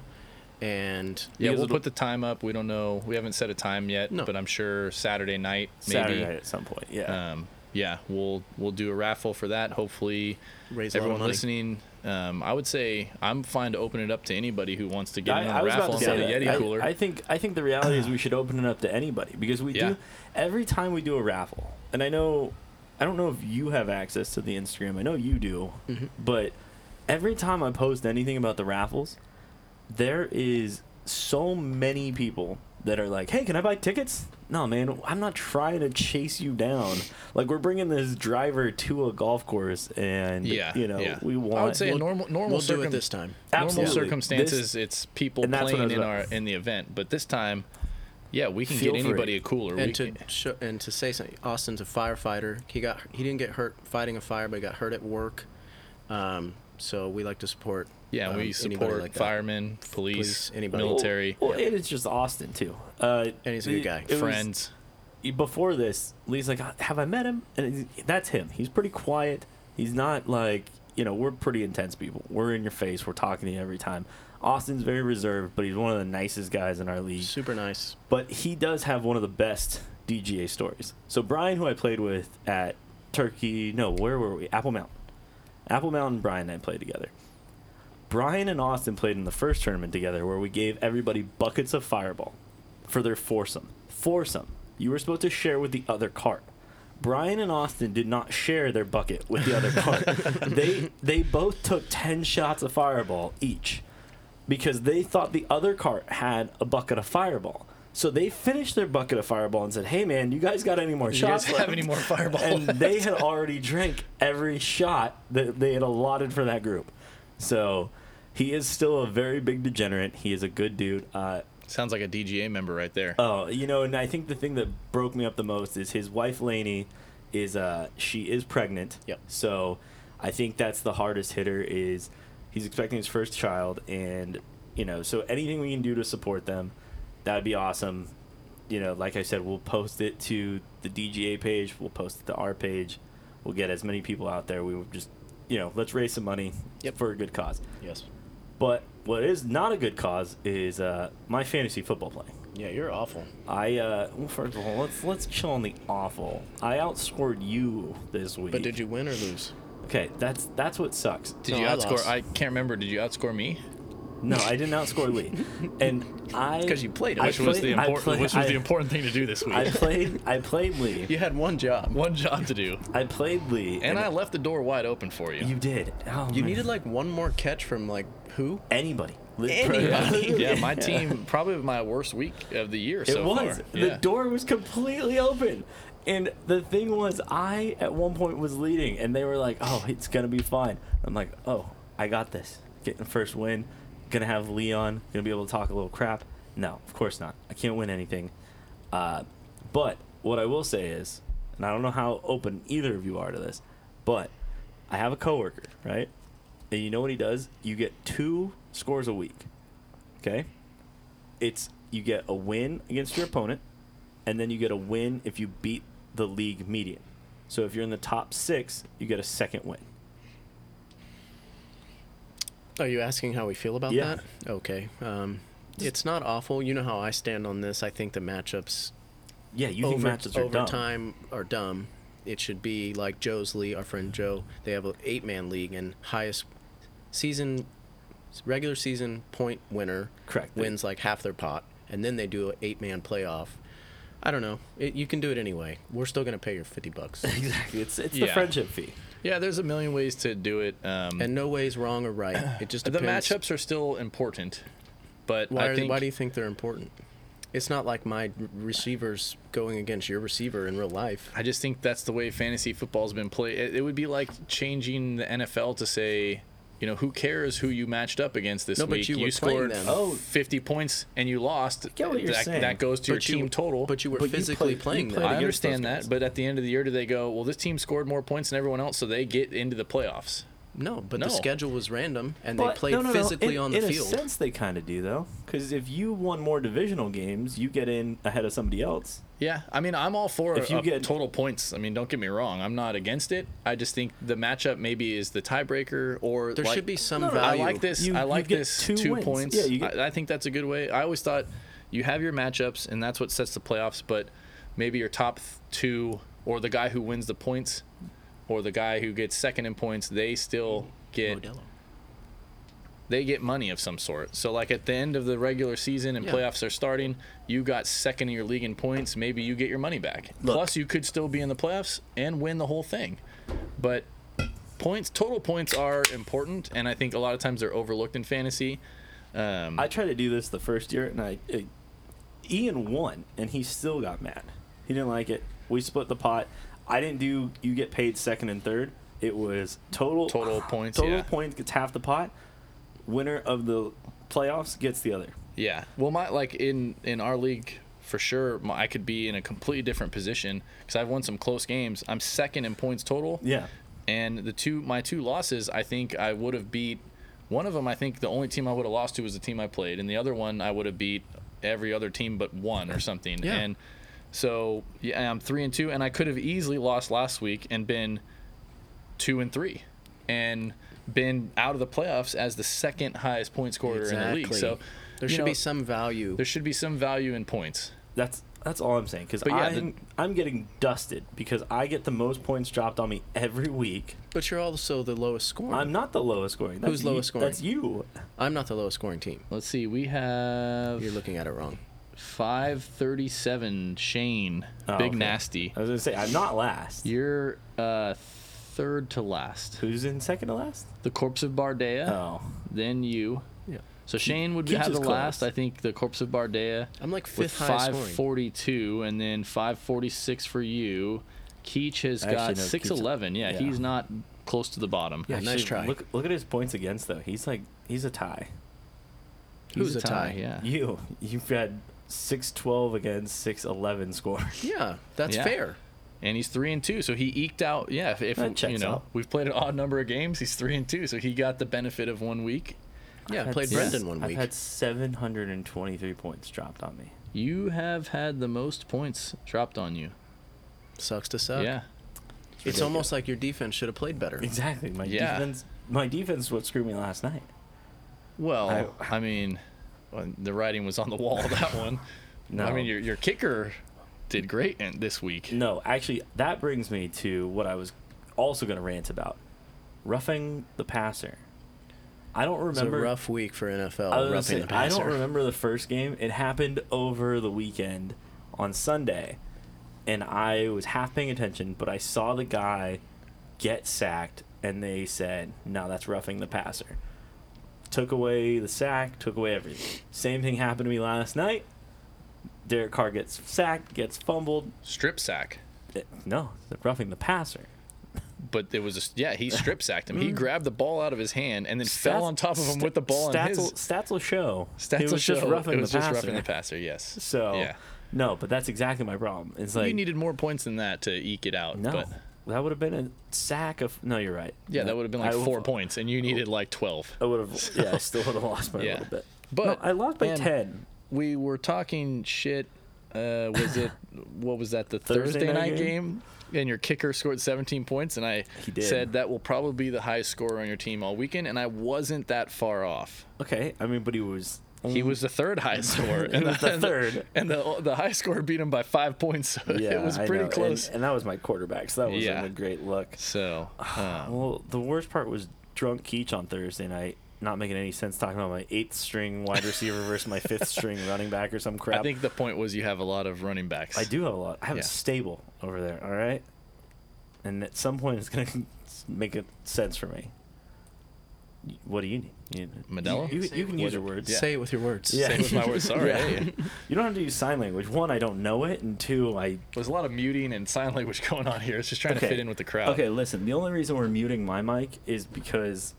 A: And
B: Yeah,
C: Because
B: we'll
C: it'll-
B: put the time up. We don't know. We haven't set a time yet,
A: No.
B: but I'm sure Saturday night, maybe.
C: Saturday night at some point. Yeah.
B: Um, yeah, we'll we'll do a raffle for that. Hopefully,
A: Raise a lot of
B: everyone
A: money.
B: listening. Um, I would say I'm fine to open it up to anybody who wants to get
C: I,
B: in on
C: I
B: the
C: was
B: raffle
C: about to
B: and
C: say
B: buy the
C: that.
B: Yeti
C: I,
B: cooler.
C: I think I think the reality is we should open it up to anybody because we
B: Yeah.
C: do every time we do a raffle. And I know I don't know if you have access to the Instagram. I know you do,
B: Mm-hmm.
C: but every time I post anything about the raffles, there is so many people that are like, "Hey, can I buy tickets?" No, man, I'm not trying to chase you down. Like we're bringing this driver to a golf course, and
B: yeah,
C: you know
B: yeah.
C: we want.
B: I would say
A: We'll-
B: normal normal
A: we'll do
B: circum-
A: it this time.
B: normal
C: Absolutely.
B: circumstances.
C: This-
B: it's people
C: And that's what I
B: playing
C: was
B: in our
C: about-
B: in the event, but this time, yeah, we can
C: Feel
B: get
C: free.
B: anybody a cooler. We
A: And to
B: can-
A: show, and to say something, Austin's a firefighter. He got he didn't get hurt fighting a fire, but he got hurt at work. Um, so we like to support.
B: yeah,
A: um,
B: we
A: anybody
B: support
A: like that.
B: firemen, police,
A: Police, anybody.
B: military,
C: Well, it is just Austin too. Uh,
A: And he's a good
C: it-
A: guy.
C: it was-
B: friends.
C: before this, Lee's like, "Have I met him?" And he's- that's him. He's pretty quiet. He's not like you know. We're pretty intense people. We're in your face. We're talking to you every time. Austin's very reserved, but he's one of the nicest guys in our league.
A: Super nice.
C: But he does have one of the best DGA stories. So Brian, who I played with at Turkey, no, where were we? Apple Mountain. Apple Mountain, Brian and I played together. Brian and Austin played in the first tournament together where we gave everybody buckets of fireball for their foursome. Foursome. You were supposed to share with the other cart. Brian and Austin did not share their bucket with the other cart. they they both took 10 shots of fireball each because they thought the other cart had a bucket of fireball. So they finished their bucket of fireball and said, "Hey man, you guys got any more
B: Do you guys
C: shots
B: have
C: left?"
B: any more fireball? (laughs)
C: and they had already drank every shot that they had allotted for that group. So he is still a very big degenerate. He is a good dude. Uh,
B: Sounds like a DGA member right there.
C: oh, you know, and I think the thing that broke me up the most is his wife Lainey is uh she is pregnant.
A: Yep.
C: So I think that's the hardest hitter is he's expecting his first child and you know, so anything we can do to support them, that would be awesome. You know, like I said, we'll post it to the DGA page, we'll post it to our page. We'll get as many people out there. We will just, you know, let's raise some money
A: Yep.
C: for a good cause.
A: Yes.
C: But what is not a good cause is uh, my fantasy football playing.
A: Yeah, you're awful.
C: I uh, well, first of all, let's let's chill on the awful. I outscored you this week.
A: But did you win or lose?
C: Okay, that's that's what sucks.
B: Did
A: No,
B: you
A: I
B: outscore?
A: lost.
B: I, can't remember. Did you outscore me?
C: No, I didn't
B: (laughs)
C: outscore Lee, and I
A: because you played it.
C: I
B: Which was the
C: played- I
B: important
C: played-
B: which was
C: I-
B: the important thing to do this week.
C: I played I played Lee.
A: you had one job.
B: (laughs) One job to do.
C: I played Lee,
B: And I left the door wide open for you.
C: you did. Oh,
A: You
C: man.
A: needed like one more catch from like who?
C: anybody. Lee- (laughs)
B: Anybody. (laughs) yeah, my team probably my worst week of the year
C: It
B: so
C: was.
B: far.
C: The
B: Yeah.
C: door was completely open. And the thing was, I at one point was leading, and they were like, "Oh, it's gonna be fine." I'm like, "Oh, I got this. Getting first win. Gonna have Leon. Gonna be able to talk a little crap." No, of course not. I can't win anything. Uh, but what I will say is, and I don't know how open either of you are to this, but I have a coworker, right? And you know what he does? You get two scores a week. Okay? It's you get a win against your opponent, and then you get a win if you beat the league median. So if you're in the top six, you get a second win.
A: Are you asking how we feel about
C: Yeah.
A: that? Okay. Um, it's not awful. You know how I stand on this. I think the matchups
C: Yeah, you
A: over,
C: think matches are dumb.
A: overtime are dumb. It should be like Joe's league, our friend Joe. They have an eight man league and highest season, regular season point winner
C: Correct.
A: wins like half their pot, and then they do an eight man playoff. I don't know. It, you can do it anyway. We're still gonna pay your fifty
C: (laughs)
A: bucks,
C: (laughs) Exactly. It's it's the
B: Yeah.
C: friendship fee.
B: yeah, there's a million ways to do it. Um,
A: and no way's wrong or right. It just
B: the
A: depends.
B: matchups are still important. But
A: Why,
B: I
A: are,
B: think
A: why do you think they're important? It's not like my r- receivers going against your receiver in real life.
B: I just think that's the way fantasy football's been played. It, it would be like changing the NFL to say, you know, who cares who you matched up against this
A: No, but
B: week?
A: you were playing
B: scored
A: them.
C: Oh.
B: 50 points and you lost.
C: get what you're
B: that,
C: saying.
B: that goes to your
A: But you-
B: team total.
A: But you were
C: But you
A: physically
C: played- you
A: playing them.
C: played
B: I
C: against those
B: understand that,
C: guys.
B: but at the end of the year, do they go, well, this team scored more points than everyone else, so they get into the playoffs?
A: No, but
B: No.
A: the schedule was random, and they
C: But-
A: played
C: no, no, no.
A: physically
C: In-
A: on the
C: in
A: field.
C: a sense, they kind of do though, because if you won more divisional games, you get in ahead of somebody else.
B: Yeah, I mean, I'm all for
C: If you
B: up
C: get-
B: total points. I mean, don't get me wrong, I'm not against it. I just think the matchup maybe is the tiebreaker, or
A: there
B: like-
A: should be some
C: No, no,
B: I
A: value.
B: like this.
C: You-
B: I
C: you
B: like
C: get
B: this two,
C: two wins.
B: points.
C: Yeah, you get-
B: I, I think that's a good way. I always thought you have your matchups, and that's what sets the playoffs. But maybe your top th- two, or the guy who wins the points, or the guy who gets second in points, they still get
A: Modelo.
B: they get money of some sort. So like at the end of the regular season and
A: Yeah.
B: playoffs are starting, you got second in your league in points. Maybe you get your money back. Plus, you could still be in the playoffs and win the whole thing. But points, total points are important, and I think a lot of times they're overlooked in fantasy. Um,
C: I tried to do this the first year, and I, I Ian won, and he still got mad. He didn't like it. We split the pot. I didn't do. You get paid second and third. It was total (sighs)
B: Total points,
C: Total
B: yeah.
C: points gets half the pot. Winner of the playoffs gets the other.
B: Yeah. Well, my like in in our league for sure, my, I could be in a completely different position because I've won some close games. I'm second in points total.
C: Yeah.
B: And the two my two losses, I think I would have beat. One of them, I think the only team I would have lost to was the team I played, and the other one I would have beat every other team but one or something.
A: Yeah.
B: And so yeah, I'm three and two, and I could have easily lost last week and been two and three, and been out of the playoffs as the second highest point scorer in the league.
A: Exactly.
B: So
A: there
B: you
A: should
B: know,
A: be some value.
B: there should be some value in points.
C: That's that's all I'm saying because
B: But yeah, the-
C: I'm I'm getting dusted because I get the most points dropped on me every week.
A: But you're also the lowest scoring.
C: I'm not the lowest scoring. That's
A: Who's
C: you-
A: lowest scoring?
C: That's you.
A: I'm not the lowest scoring team.
B: Let's see. We have
A: You're looking at it wrong.
B: 537 Shane,
C: Oh,
B: big
C: okay.
B: nasty.
C: I was gonna say I'm not last.
B: You're uh, third to last.
C: Who's in second to last?
B: The corpse of Bardea,
C: Oh,
B: then you.
A: Yeah.
B: So Shane would
C: Keeps
B: have
C: us
B: the
C: close.
B: last. I think the corpse of Bardea
A: I'm like
B: with
A: fifth highest scoring.
B: 542, and then 546 for you. Keech has
C: Actually, no,
B: got
C: Keech's-
B: 611. Yeah,
C: yeah.
B: he's not close to the bottom.
A: Yeah, nice try.
C: Look, look at his points against though. He's like he's a tie.
B: He's
A: Who's a tie?
B: Yeah.
C: You you've had six twelve against six eleven score.
A: Yeah, that's
B: Yeah.
A: fair.
B: and he's three and two. So he eked out. Yeah, if, if
C: That checks
B: you know
C: out.
B: we've played an odd number of games, he's three and two. So he got the benefit of one week.
A: Yeah,
C: I've
A: played
C: had-
A: Brendan one
C: I've
A: week.
C: had seven hundred and twenty three points dropped on me.
B: You have had the most points dropped on you.
A: Sucks to suck.
B: yeah,
A: it's almost like your defense should have played better.
C: Exactly. My
B: Yeah.
C: defense my defense what screwed me last night.
B: Well, I, mean, well, the writing was on the wall (laughs) that one.
C: No.
B: I mean, your your kicker did great in, this week.
C: No, actually that brings me to what I was also gonna rant about. Roughing the passer. I don't
A: It's a
C: remember.
A: rough week for NFL.
C: I, was gonna
A: roughing
C: say,
A: the
C: I don't
A: passer.
C: remember the first game. It happened over the weekend on Sunday, and I was half paying attention, but I saw the guy get sacked, and they said, "No, that's roughing the passer." Took away the sack, took away everything. Same thing happened to me last night. Derek Carr gets sacked, gets fumbled.
B: Strip sack.
C: Eh, No, it's roughing the passer.
B: But it was a, yeah,
C: (laughs)
B: he strip sacked him. He grabbed the ball out of his hand and then fell
C: Mm. Stats-
B: on top of him
C: sta-
B: with the ball in
C: stats
B: his.
C: Will, stats will show.
B: stats
C: it was
B: will
C: just
B: show
C: roughing
B: it was
C: the
B: just
C: passer.
B: roughing the passer. Yes.
C: So
B: yeah,
C: no, but that's exactly my problem. It's like
B: you needed more points than that to eke it out.
C: no,
B: But
C: that would have been a sack of. No, you're right.
B: yeah, that would have been like
C: I- Oh,
B: four points, and you needed like twelve.
C: I would have. Yeah, I still would have lost
B: (laughs)
C: by
B: Yeah.
C: a little bit.
B: But-
C: No, I lost by
B: and-
C: ten.
B: we were talking shit. Uh, was
C: (laughs)
B: it what was that the Thursday,
C: Thursday
B: night,
C: night
B: game? And your kicker scored 17 points, and I
C: He did.
B: said that will probably be the highest scorer on your team all weekend, and I wasn't that far off.
C: Okay, I mean, but he was.
B: He was (laughs) the third
C: (laughs)
B: highest scorer,
C: Mm. He was the third.
B: and the the high scorer beat him by five points, so (laughs)
C: Yeah,
B: it was
C: I
B: pretty
C: know, and- (sighs)
B: close.
C: and, that was my quarterback, so that wasn't
B: Yeah.
C: a great look.
B: so uh,
C: Well, the worst part was drunk Keach on Thursday night, not making any sense talking about my eighth string wide receiver versus
B: (laughs)
C: my fifth string running back or some crap.
B: I think the point was you have a lot of running backs.
C: I do have a lot. I have
B: Yeah.
C: a stable over there. All right, and at some point, it's gonna (laughs) make it sense for me. Y- What do you need? You,
B: Modelo?
C: You, you can use your words.
B: Yeah.
A: Say it with your words.
C: Yeah.
B: Same with my
C: (laughs)
B: words. Sorry.
A: (laughs)
C: Yeah.
B: hey.
C: You don't have to use sign language. One, I don't know it, and two, I.
B: There's a lot of muting and sign language (laughs) going on here. It's just trying to fit in with the crowd.
C: Okay, listen. The only reason we're muting my mic is because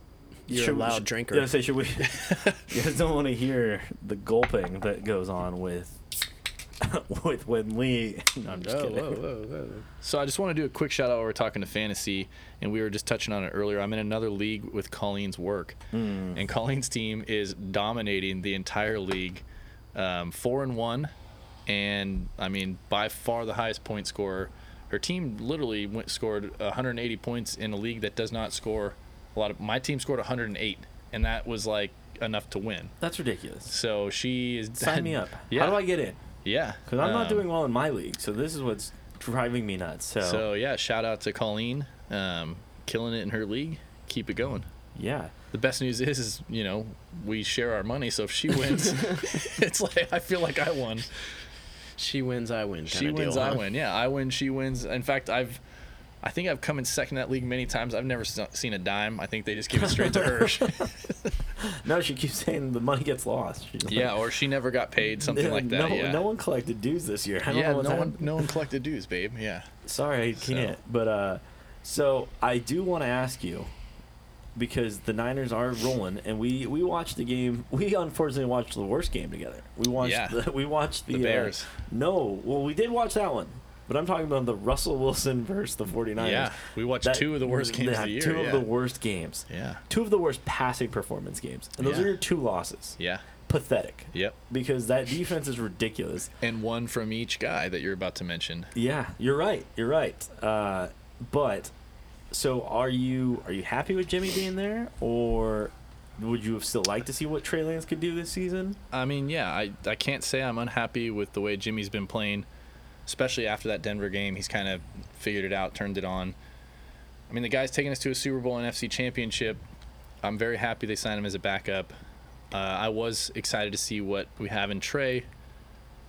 A: You're a loud drinker.
C: Yeah, I say, should
A: (laughs)
C: we?
B: (laughs)
C: you guys don't want to hear the gulping that goes on with (laughs) with when Lee. No, I'm just
A: Whoa,
C: kidding.
A: whoa, whoa, whoa.
B: So I just want to do a quick shout out. While we're talking to fantasy, and we were just touching on it earlier. I'm in another league with Colleen's work,
C: Hmm.
B: and Colleen's team is dominating the entire league, um, four and one, and I mean by far the highest point scorer. Her team literally went, scored 180 points in a league that does not score a lot of. My team scored 108, and that was like enough to win.
C: That's ridiculous.
B: So she is (laughs)
C: Sign me up.
B: Yeah.
C: How do I get in?
B: Yeah,
C: Because I'm not
B: Um,
C: doing well in my league, so this is what's driving me nuts. So,
B: So yeah, shout out to Colleen, um, killing it in her league. Keep it going.
C: yeah,
B: The best news is, is you know, we share our money. So if she
C: (laughs)
B: wins, (laughs) it's like I feel like I won.
A: She wins, I win.
B: She
A: kinda
B: wins,
A: deal,
B: I
A: huh?
B: win. Yeah, I win, she wins. In fact, I've, I think I've come in second in that league many times. I've never s- seen a dime. I think they just give it straight to
C: (laughs)
B: her.
C: no, she keeps (laughs) saying the money gets lost. She's like,
B: yeah, or she never got paid, something like that.
C: (laughs) No,
B: yeah.
C: no one collected dues this year. I don't
B: yeah,
C: know what's
B: no one,
C: happened.
B: no one collected dues, babe. Yeah.
C: Sorry, I can't. But uh, so I do want to ask you because the Niners are rolling, and we we watched the game. We unfortunately watched the worst game together. We watched
B: Yeah.
C: (laughs) the, we watched the,
B: The
C: uh,
B: Bears.
C: no, well, we did watch that one. But I'm talking about the Russell Wilson versus the 49ers.
B: Yeah, we watched
C: That-
B: two of the worst games of
C: yeah,
B: the year.
C: Two
B: yeah.
C: of the worst games.
B: yeah.
C: two of the worst passing performance games, and those
B: Yeah.
C: are your two losses.
B: Yeah.
C: Pathetic.
B: Yep.
C: Because that defense is ridiculous.
B: And one from each guy that you're about to mention.
C: Yeah, you're right. You're right. Uh, but so are you? Are you happy with Jimmy being there, or would you have still liked to see what Trey Lance could do this season?
B: I mean, yeah, I, I can't say I'm unhappy with the way Jimmy's been playing, especially after that Denver game. He's kind of figured it out, turned it on. I mean, the guy's taking us to a Super Bowl and NFC Championship. I'm very happy they signed him as a backup. Uh, I was excited to see what we have in Trey.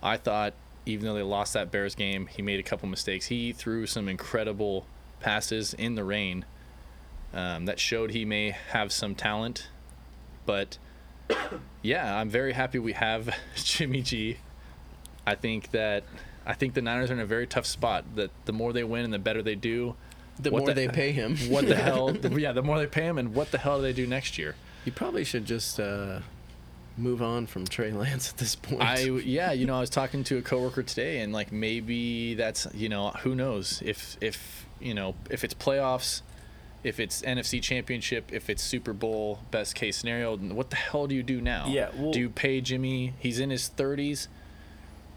B: I thought, even though they lost that Bears game, he made a couple mistakes. He threw some incredible passes in the rain um, that showed he may have some talent, but yeah, I'm very happy we have (laughs) Jimmy G. I think that I think the Niners are in a very tough spot. That the more they win and the better they do,
A: The
B: What
A: more
B: the-
A: they pay him,
B: (laughs)
A: (laughs)
B: what the hell? yeah, the more they pay him, and what the hell do they do next year?
A: You probably should just uh, move on from Trey Lance at this point.
B: I yeah, you know, I was talking to a coworker today, and like maybe that's you know who knows if if you know if it's playoffs, if it's NFC Championship, if it's Super Bowl, best case scenario, what the hell do you do now?
C: Yeah, well-
B: do you pay Jimmy? He's in his thirties,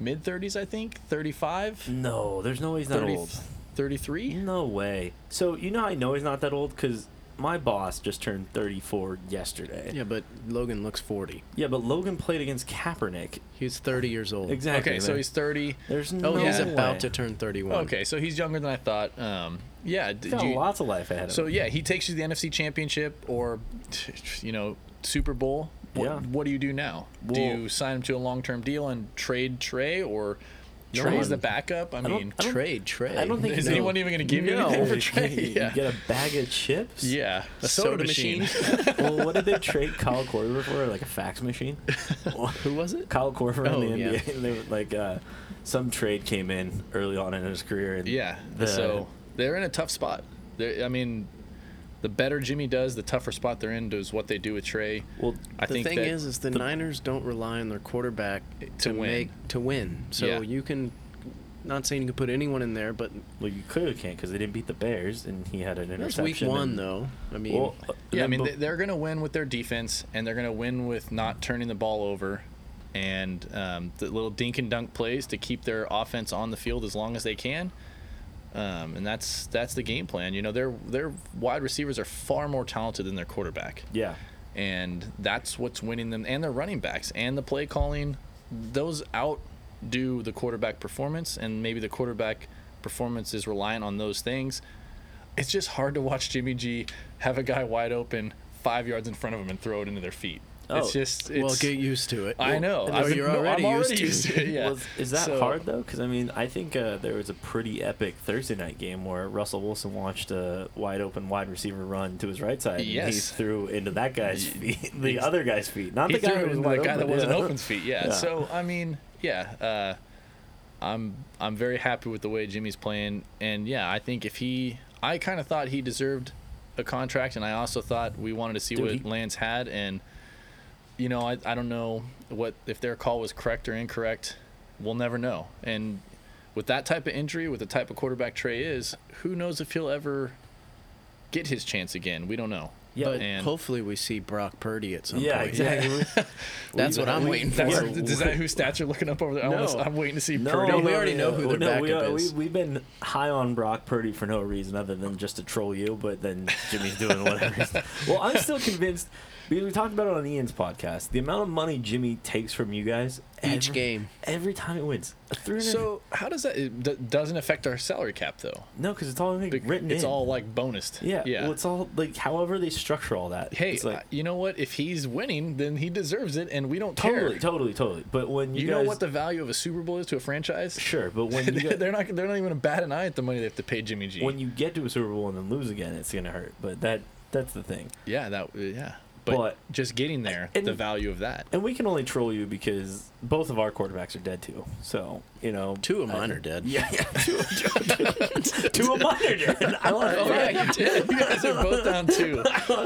B: mid thirties, I think, 35,
C: No, there's no way he's not
B: 30,
C: old.
B: 33?
C: No way. So you know, how I know he's not that old because my boss just turned 34 yesterday.
A: yeah, but Logan looks 40.
C: Yeah, but Logan played against Kaepernick.
A: He's 30 years old.
C: Exactly.
B: Okay, so he's thirty.
C: there's no.
A: Oh, he's
B: No
A: about
C: way.
A: to turn 31.
B: Okay, so he's younger than I thought. Um, yeah. d-
C: He's got
B: do you-
C: lots of life ahead of
B: so
C: him.
B: yeah, he takes you to the NFC Championship or (laughs) you know Super Bowl. What,
C: Yeah.
B: what do you do now? do
C: Well-
B: you sign him to a long-term deal and trade Trey or
C: No
B: Trey's
C: one-
B: the backup? I,
C: don't-
B: mean,
C: I don't-
A: Trade, trade.
C: I don't think
B: is
C: no.
B: anyone even going to give you anything
C: (laughs)
B: for Trey?
C: You,
B: yeah.
C: get a bag of chips.
B: yeah, a soda,
A: Soda
B: machine.
A: machine.
C: (laughs) well, what did they trade Kyle Korver for? Like a
B: (laughs)
C: fax machine?
A: Who was it?
C: Kyle Korver
A: Oh,
C: in the
A: yeah.
C: NBA. and they were like uh, some trade came in early on in his career. And
B: yeah.
C: the-
B: so they're in a tough spot. They're, I mean, the better Jimmy does, the tougher spot they're in is what they do with Trey.
C: well,
B: I
A: the
B: think
A: thing
B: that,
A: is, is the, Niners don't rely on their quarterback to,
B: win.
A: make to win. So
B: Yeah.
A: you can, not saying you can put anyone in there, but
C: well, you clearly can't because they didn't beat the Bears, and he had an
A: that's
C: interception.
A: week one
C: and-
A: though. I mean,
C: Well, uh,
B: Yeah, I
C: then
B: mean,
C: bef-
B: they- they're going to win with their defense, and they're going to win with not turning the ball over and um, the little dink and dunk plays to keep their offense on the field as long as they can. Um, and that's that's the game plan. You know, their their wide receivers are far more talented than their quarterback,
C: yeah.
B: and that's what's winning them. And their running backs and the play calling, those outdo the quarterback performance, and maybe the quarterback performance is reliant on those things it's just hard to watch Jimmy G have a guy wide open five yards in front of him and throw it into their feet.
C: Oh.
B: it's just it's,
A: well, get used to it.
B: I know.
A: Well,
B: I would-
A: you're
B: no, I'm
A: already,
B: already
A: used to. it.
B: used
C: (laughs)
B: to it, yeah.
C: Well, is that
B: So-
C: hard though? Because I mean, I think uh, there was a pretty epic Thursday night game where Russell Wilson watched a wide open wide receiver run to his right side. and he
B: Yes.
C: threw into that guy's feet, (laughs) the
B: He-
C: other guy's feet, not
B: he
C: the guy
B: threw
C: who
B: it
C: was
B: into
C: wide
B: that guy that
C: open,
B: wasn't
C: yeah.
B: open's feet. Yeah.
C: (laughs) Yeah.
B: So I mean, yeah, uh, I'm I'm very happy with the way Jimmy's playing, and yeah, I think if he, I kind of thought he deserved a contract, and I also thought we wanted to see
C: Dude,
B: what
C: he-
B: Lance had, and you know, I I don't know what if their call was correct or incorrect. We'll never know, and with that type of injury, with the type of quarterback Trey is, who knows if he'll ever get his chance again? We don't know.
C: Yeah,
B: (laughs)
A: But
B: and-
A: hopefully we see Brock Purdy at some
C: Yeah,
A: point.
C: exactly.
A: That's what I'm waiting for.
B: (laughs) That's,
C: Yeah. (laughs)
B: is that whose stats you're looking up over there? I
A: No.
B: wanna, I'm waiting to see.
C: No,
B: Purdy.
A: No, we already know who
C: no,
A: their
C: no, we,
A: backup
C: are-
A: is.
C: We, we've been high on Brock Purdy for no reason other than just to troll you, but then Jimmy's doing whatever. he's- well, I'm still convinced because we talked about it on Ian's podcast. The amount of money Jimmy takes from you guys
A: (laughs) Each game.
C: every time he wins, a three hundred.
B: So how does that? It d- doesn't affect our salary cap though.
C: no, because it's all like,
B: Bec-
C: written.
B: it's
C: in.
B: all like bonused.
C: Yeah,
B: Yeah.
C: Well, it's all like however they structure all that.
B: hey,
C: it's like,
B: uh, you know what? If he's winning, then he deserves it, and we don't
C: totally,
B: care.
C: totally, totally. But when you,
B: You, know
C: guys,
B: what the value of a Super Bowl is to a franchise? (laughs)
C: sure, but when you guys,
B: they're not. They're not even gonna bat an eye at the money they have to pay Jimmy G.
C: when you get to a Super Bowl and then lose again, it's gonna hurt. But that that's the thing.
B: yeah. That. Yeah. But,
C: But-
B: just getting there,
C: and-
B: the value of that.
C: And we can only troll you because both of our quarterbacks are dead too. So you know,
A: Two of
C: I-
A: mine are dead.
C: (laughs) Yeah, yeah, two, two, two of mine are dead. (laughs) (laughs) I love
B: Oh yeah,
C: it.
B: you did. You guys are both down
C: (laughs)
B: two.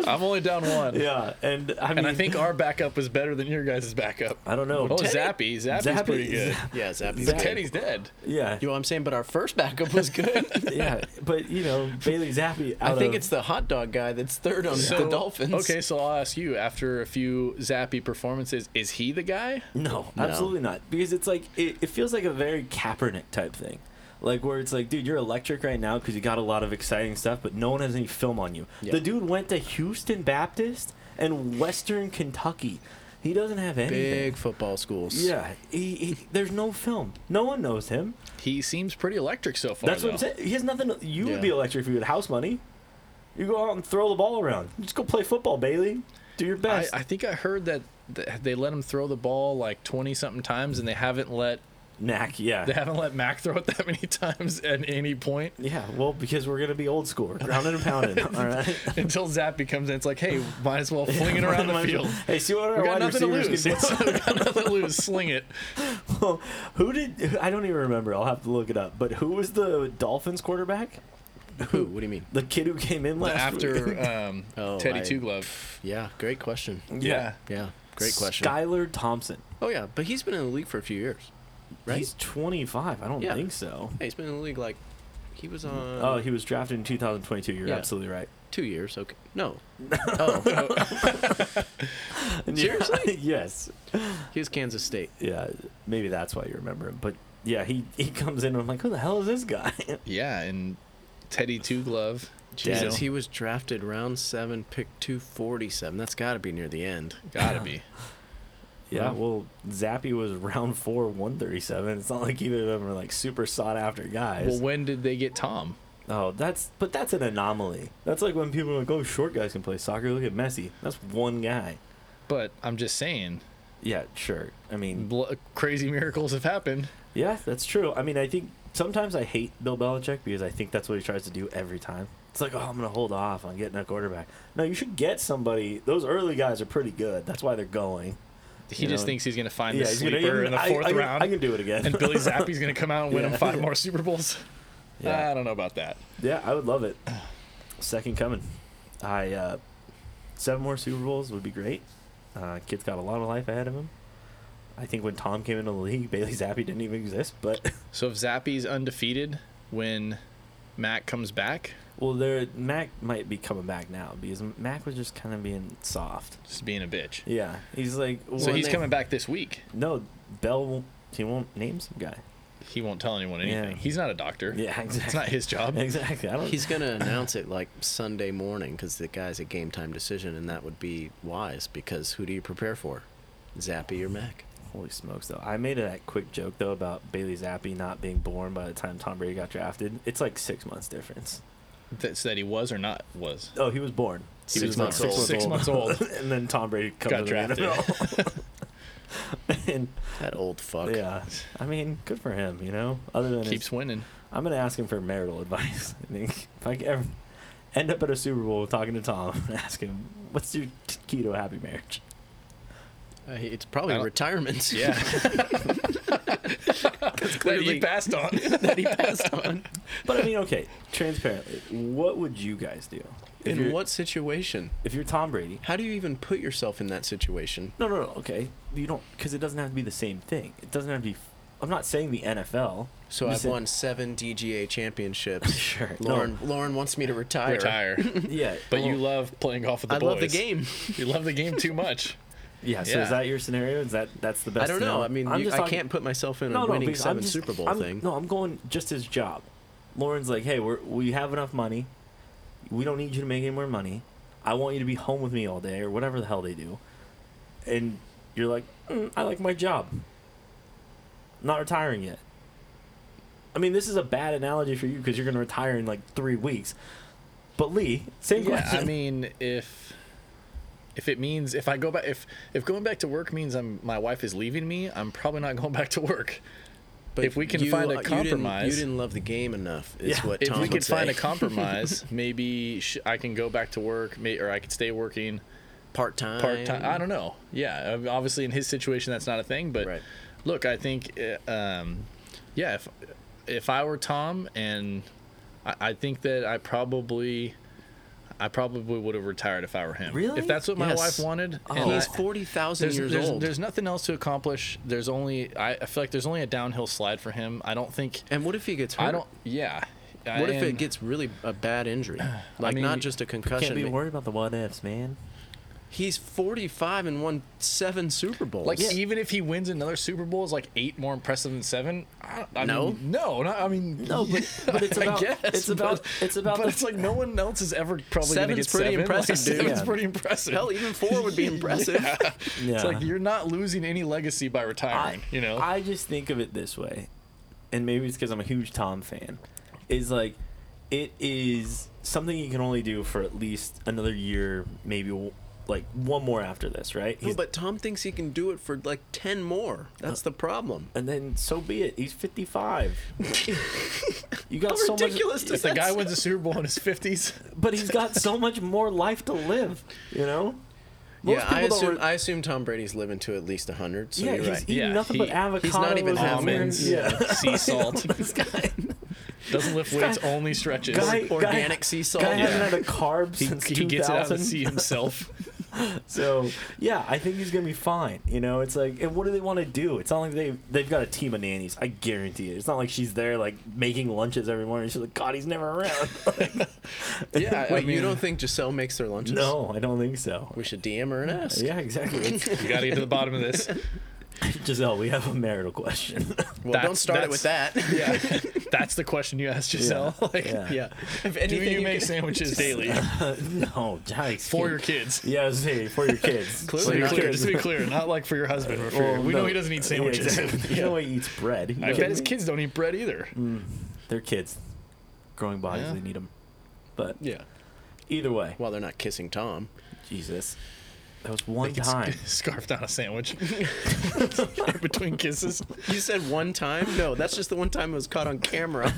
B: I'm only down one.
C: Yeah, and I mean,
B: And I think our backup was better than your guys' backup.
C: I don't know.
B: Oh,
C: Teddy-
B: Zappy. Zappy's
C: Zappy-
B: pretty (laughs) good.
A: (laughs)
C: Zapp-
A: Yeah, Zappy's
C: Zappy.
A: good.
B: Teddy's dead.
C: (laughs) yeah,
A: (laughs) You know what I'm saying? But our first backup
C: (laughs)
A: was good.
C: yeah, but you know, Bailey Zappy.
A: I
C: out
A: think
C: of-
A: it's the hot dog guy that's third on the Dolphins.
B: Okay, so I'll ask you after a few zappy performances, is he the guy?
C: No,
A: No.
C: absolutely not. Because it's like it, it feels like a very Kaepernick type thing. Like where it's like, dude, you're electric right now because you got a lot of exciting stuff, but no one has any film on you.
A: Yeah.
C: The dude went to Houston Baptist and Western Kentucky. He doesn't have anything.
A: Big football schools.
C: Yeah, he, he, there's no film. No one knows him.
B: He seems pretty electric so far.
C: That's what I'm
B: though.
C: saying. He has nothing. You
A: Yeah.
C: would be electric if you had house money. You go out and throw the ball around. Just go play football, Bailey. Do your
B: I,
C: best.
B: I think I heard that th- they let him throw the ball like 20 something times and they haven't let
C: Knack, yeah.
B: they haven't let Mac throw it that many (laughs) times at any point (laughs)
C: yeah, well, because we're going to be old school. We're Grounded and pounded. all right?
B: until Zappy comes in. It's like, hey, might as well
C: (laughs)
B: fling it around the field.
C: Hey, see what our
B: We got
C: wide
B: nothing to
C: receivers
B: lose.
C: can
B: It's- (laughs) we got nothing to lose. Sling it.
C: do. (laughs) who did? I don't even remember. I'll have to look it up. But who was the Dolphins quarterback?
A: (laughs) Who? What do you mean?
C: The kid who came in last week?
B: After um,
A: Oh,
B: Teddy
A: I-
B: Two Glove.
A: Yeah, great question.
B: Yeah.
A: (laughs) Yeah, great question.
C: Skylar Thompson.
A: oh yeah, but he's been in the league for a few years, right?
C: He's 25. I don't
A: Yeah.
C: think so.
A: yeah, he's been in the league like he was on
C: Oh, he was drafted in 2022. You're
A: Um, Yeah.
C: absolutely right.
A: two years. Okay,
C: (laughs)
A: no. oh,
C: (laughs)
A: Seriously?
C: yes.
A: he was Kansas State.
C: Yeah. Maybe that's why you remember him. But yeah, he he comes in and I'm like, who the hell is this guy? (laughs)
B: Yeah, and Teddy Two Glove.
A: Jesus,
B: you know,
A: he was drafted round seven, pick two forty seven. That's got to be near the end.
B: gotta be.
C: yeah. Well, Zappy was round four, 137. It's not like either of them are like super sought after guys.
B: Well, when did they get Tom?
C: Oh, that's but that's an anomaly. That's like when people are like, "Oh, short guys can play soccer. Look at Messi. That's one guy."
B: But I'm just saying,
C: Yeah, sure. I mean,
B: bl- crazy miracles have happened.
C: yeah, that's true. I mean, I think sometimes I hate Bill Belichick because I think that's what he tries to do every time. It's like, "Oh, I'm going to hold off on getting a quarterback." No, you should get somebody. Those early guys are pretty good. That's why they're going.
B: He
C: You
B: just
C: know,
B: thinks he's going to find the
C: he's gonna-
B: sleeper in the
C: I-
B: fourth
C: I can-
B: round,
C: I can do it again.
B: and Billy Zappi's going to come out and win
C: Yeah.
B: him five more Super Bowls.
C: (laughs) Yeah.
B: I don't know about that.
C: Yeah, I would love it. Second coming. I uh, seven more Super Bowls would be great. Uh, kid's got a lot of life ahead of him. I think when Tom came into the league, Bailey Zappi didn't even exist. But
B: So if Zappy's undefeated when Mac comes back,
C: well, there Mac might be coming back now because Mac was just kind of being soft.
B: just being a bitch.
C: Yeah, he's like
B: So
A: When
B: he's
A: they-
B: coming back this week.
C: no Bell. Won't, he won't name some guy.
B: He won't tell anyone anything.
C: Yeah.
B: He's not a doctor.
C: Yeah, exactly.
B: It's not his job.
C: (laughs) Exactly. I don't.
A: He's going
C: (laughs)
A: to announce it like Sunday morning because the guy's a game time decision, and that would be wise because who do you prepare for? Zappy or Mac?
C: Holy smokes, though. I made that quick joke, though, about Bailey Zappi not being born by the time Tom Brady got drafted. It's like six months difference.
B: That, so that he was or not was.
C: Oh, he was born. He
A: Six
C: was
A: months old.
B: Oh, Six months old.
C: (laughs) and then Tom Brady comes
B: Got
C: to the
B: drafted.
C: NFL. (laughs) and
A: That old fuck.
C: yeah, I mean, good for him. You know, other than his-
B: Keeps winning.
C: I'm gonna ask him for marital advice. I think if I could ever end up at a Super Bowl talking to Tom (laughs) and ask him what's your t- key to a happy marriage.
A: Uh, it's
B: I
A: probably
B: don't-
A: retirement. (laughs)
C: (laughs)
B: Yeah. that he
A: clearly- (laughs)
B: passed on.
A: that he passed on.
C: But I mean, okay, transparently, what would you guys do (laughs) if
A: In
C: you're,
A: what situation?
C: if you're Tom Brady?
A: How do you even put yourself in that situation?
C: No, no, no. Okay, you don't because it doesn't have to be the same thing. It doesn't have to be. I'm not saying the (laughs) NFL.
A: So
C: I'm
A: I've
C: just saying-
A: won seven DGA championships.
C: (laughs) Sure.
A: Lauren, Lauren wants me to retire.
B: Retire.
C: Yeah,
B: But you
C: well,
B: love playing golf with the
A: I
B: boys.
A: love the game.
B: You love the game too much.
C: Yeah, so
B: Yeah.
C: is that your scenario? Is that that's the best?
A: I don't know.
C: scenario?
A: I mean,
C: I'm
A: you,
C: just
A: I
C: talking-
A: can't put myself in a
C: No, no,
A: winning
C: because I'm
A: 7
C: just-
A: Super Bowl
C: I'm-
A: thing.
C: No, I'm going just his job. Lauren's like, hey, we're, we have enough money. We don't need you to make any more money. I want you to be home with me all day or whatever the hell they do. And you're like, mm, I like my job. Not retiring yet. I mean, this is a bad analogy for you because you're going to retire in like three weeks. But Lee, same
B: Yeah,
C: question.
B: I mean, if if it means if I go back if if going back to work means I'm my wife is leaving me, I'm probably not going back to work.
A: But
B: if we can find a
A: you didn't- you
B: compromise-
A: didn't, love the game enough. Is
C: Yeah.
A: what
B: if
A: Tom
B: we
A: would
B: could find a
A: say. (laughs)
B: compromise, maybe sh- I can go back to work, may- or I could stay working
A: part time.
B: part time.
A: Um,
B: I don't know. Yeah, ob- obviously in his situation that's not a thing, but
A: Right.
B: look, I think, uh, um, yeah, if if I were Tom, and I, I think that I probably, I probably would have retired if I were him.
C: Really?
B: If that's what my
A: Yes.
B: wife wanted,
C: Oh.
A: And he's
B: I-
A: forty thousand
B: there's,
A: years
B: there's,
A: old.
B: there's nothing else to accomplish. There's only I, I feel like there's only a downhill slide for him. I don't think
A: and what if he gets hurt?
B: I don't. Yeah.
A: what if it
B: and-
A: gets really a bad
B: (sighs)
A: injury, like
B: mean,
A: not just a
C: can't
A: concussion?
C: be worried about the what ifs, man.
A: He's forty-five and won seven Super Bowls.
B: Like even if he wins another Super Bowl, is like eight more impressive than seven. I, I
A: No.
B: mean, no, not, I mean,
C: No, but- but (laughs) it's
B: I
C: about-
B: guess,
C: it's about-
B: but-
C: it's about
B: But
C: the-
B: it's like no one else is ever probably gonna
A: Seven's
B: get
A: pretty
B: seven. (laughs)
A: impressive,
B: like,
A: dude.
B: Seven's
C: Yeah.
B: pretty impressive.
A: hell, even four
B: (laughs)
A: would be impressive.
C: Yeah.
B: It's like you're not losing any legacy by
C: I,
B: retiring. you know,
C: I just think of it this way, and maybe it's because I'm a huge Tom fan. Is like, it is something you can only do for at least another year, maybe w- like one more after this, right?
A: No,
C: He's-
A: but Tom thinks he can do it for like ten more. That's the problem.
C: and then so be it.
A: (laughs)
C: He's 55. you got
A: How
C: so
A: ridiculous
C: much,
A: does
B: if the
A: that
B: guy
A: sound?
B: wins a Super Bowl in his fifties,
C: (laughs) but he's got so much more life to live. You know. Most
A: yeah, I
C: people don't
A: assume,
C: re-
A: I assume Tom Brady's living to at least hundred. So
C: yeah,
A: you're
C: he's
A: right.
C: eating
B: Yeah,
C: nothing
B: he-
C: but
B: he's not
C: avocados,
A: even half
B: almonds,
C: Yeah,
A: (laughs)
B: (laughs) sea salt,
C: this guy.
B: doesn't lift weights, only stretches.
C: Guy-
A: Organic sea salt.
C: Guy
B: Yeah.
C: hasn't had a carb
B: he,
C: since
B: he
C: 2000.
B: gets it out of the sea himself.
A: (laughs)
C: So yeah, I think he's gonna be fine. You know, it's like, and what do they want to do? It's not like they they've got a team of nannies. I guarantee it. It's not like she's there like making lunches every morning. She's like, God, he's never around. (laughs)
B: yeah, (laughs) I
A: Wait,
B: mean,
A: you don't think Giselle makes their lunches?
C: no, I don't think so.
A: We should DM her and ask.
C: Yeah, exactly. It's-
B: you got to get to the bottom of this.
C: Giselle, we have a marital question.
A: Well,
B: That's-
A: don't start it with that.
B: Yeah,
A: (laughs)
B: that's the question you asked Giselle. (laughs) Like,
C: yeah.
A: yeah. If
B: Do you, make
A: can- (laughs)
B: sandwiches daily
C: (laughs) no, guys.
B: for your kids?
C: yeah, I was saying, for your kids.
A: Clearly
B: For
C: for
B: your
A: not.
B: clear,
A: kids.
B: just to be clear, not like for your husband. But for your-
C: (laughs) Well,
B: we know
C: no.
B: he doesn't eat
C: Yeah,
B: sandwiches. (laughs)
C: (laughs) exactly. You know he eats bread. You
B: I bet
C: kidding
B: his
C: me?
B: kids don't eat bread either.
C: They're kids. growing bodies.
B: Yeah.
C: They need them. But
B: Yeah.
C: either way,
A: While they're not kissing Tom.
C: Jesus, that was
B: They
C: one
B: could (laughs)
C: time.
B: sc- scarf down a
C: (laughs)
B: sandwich (laughs) between kisses.
A: You said one time? No, that's just the one time it was caught on (laughs) camera.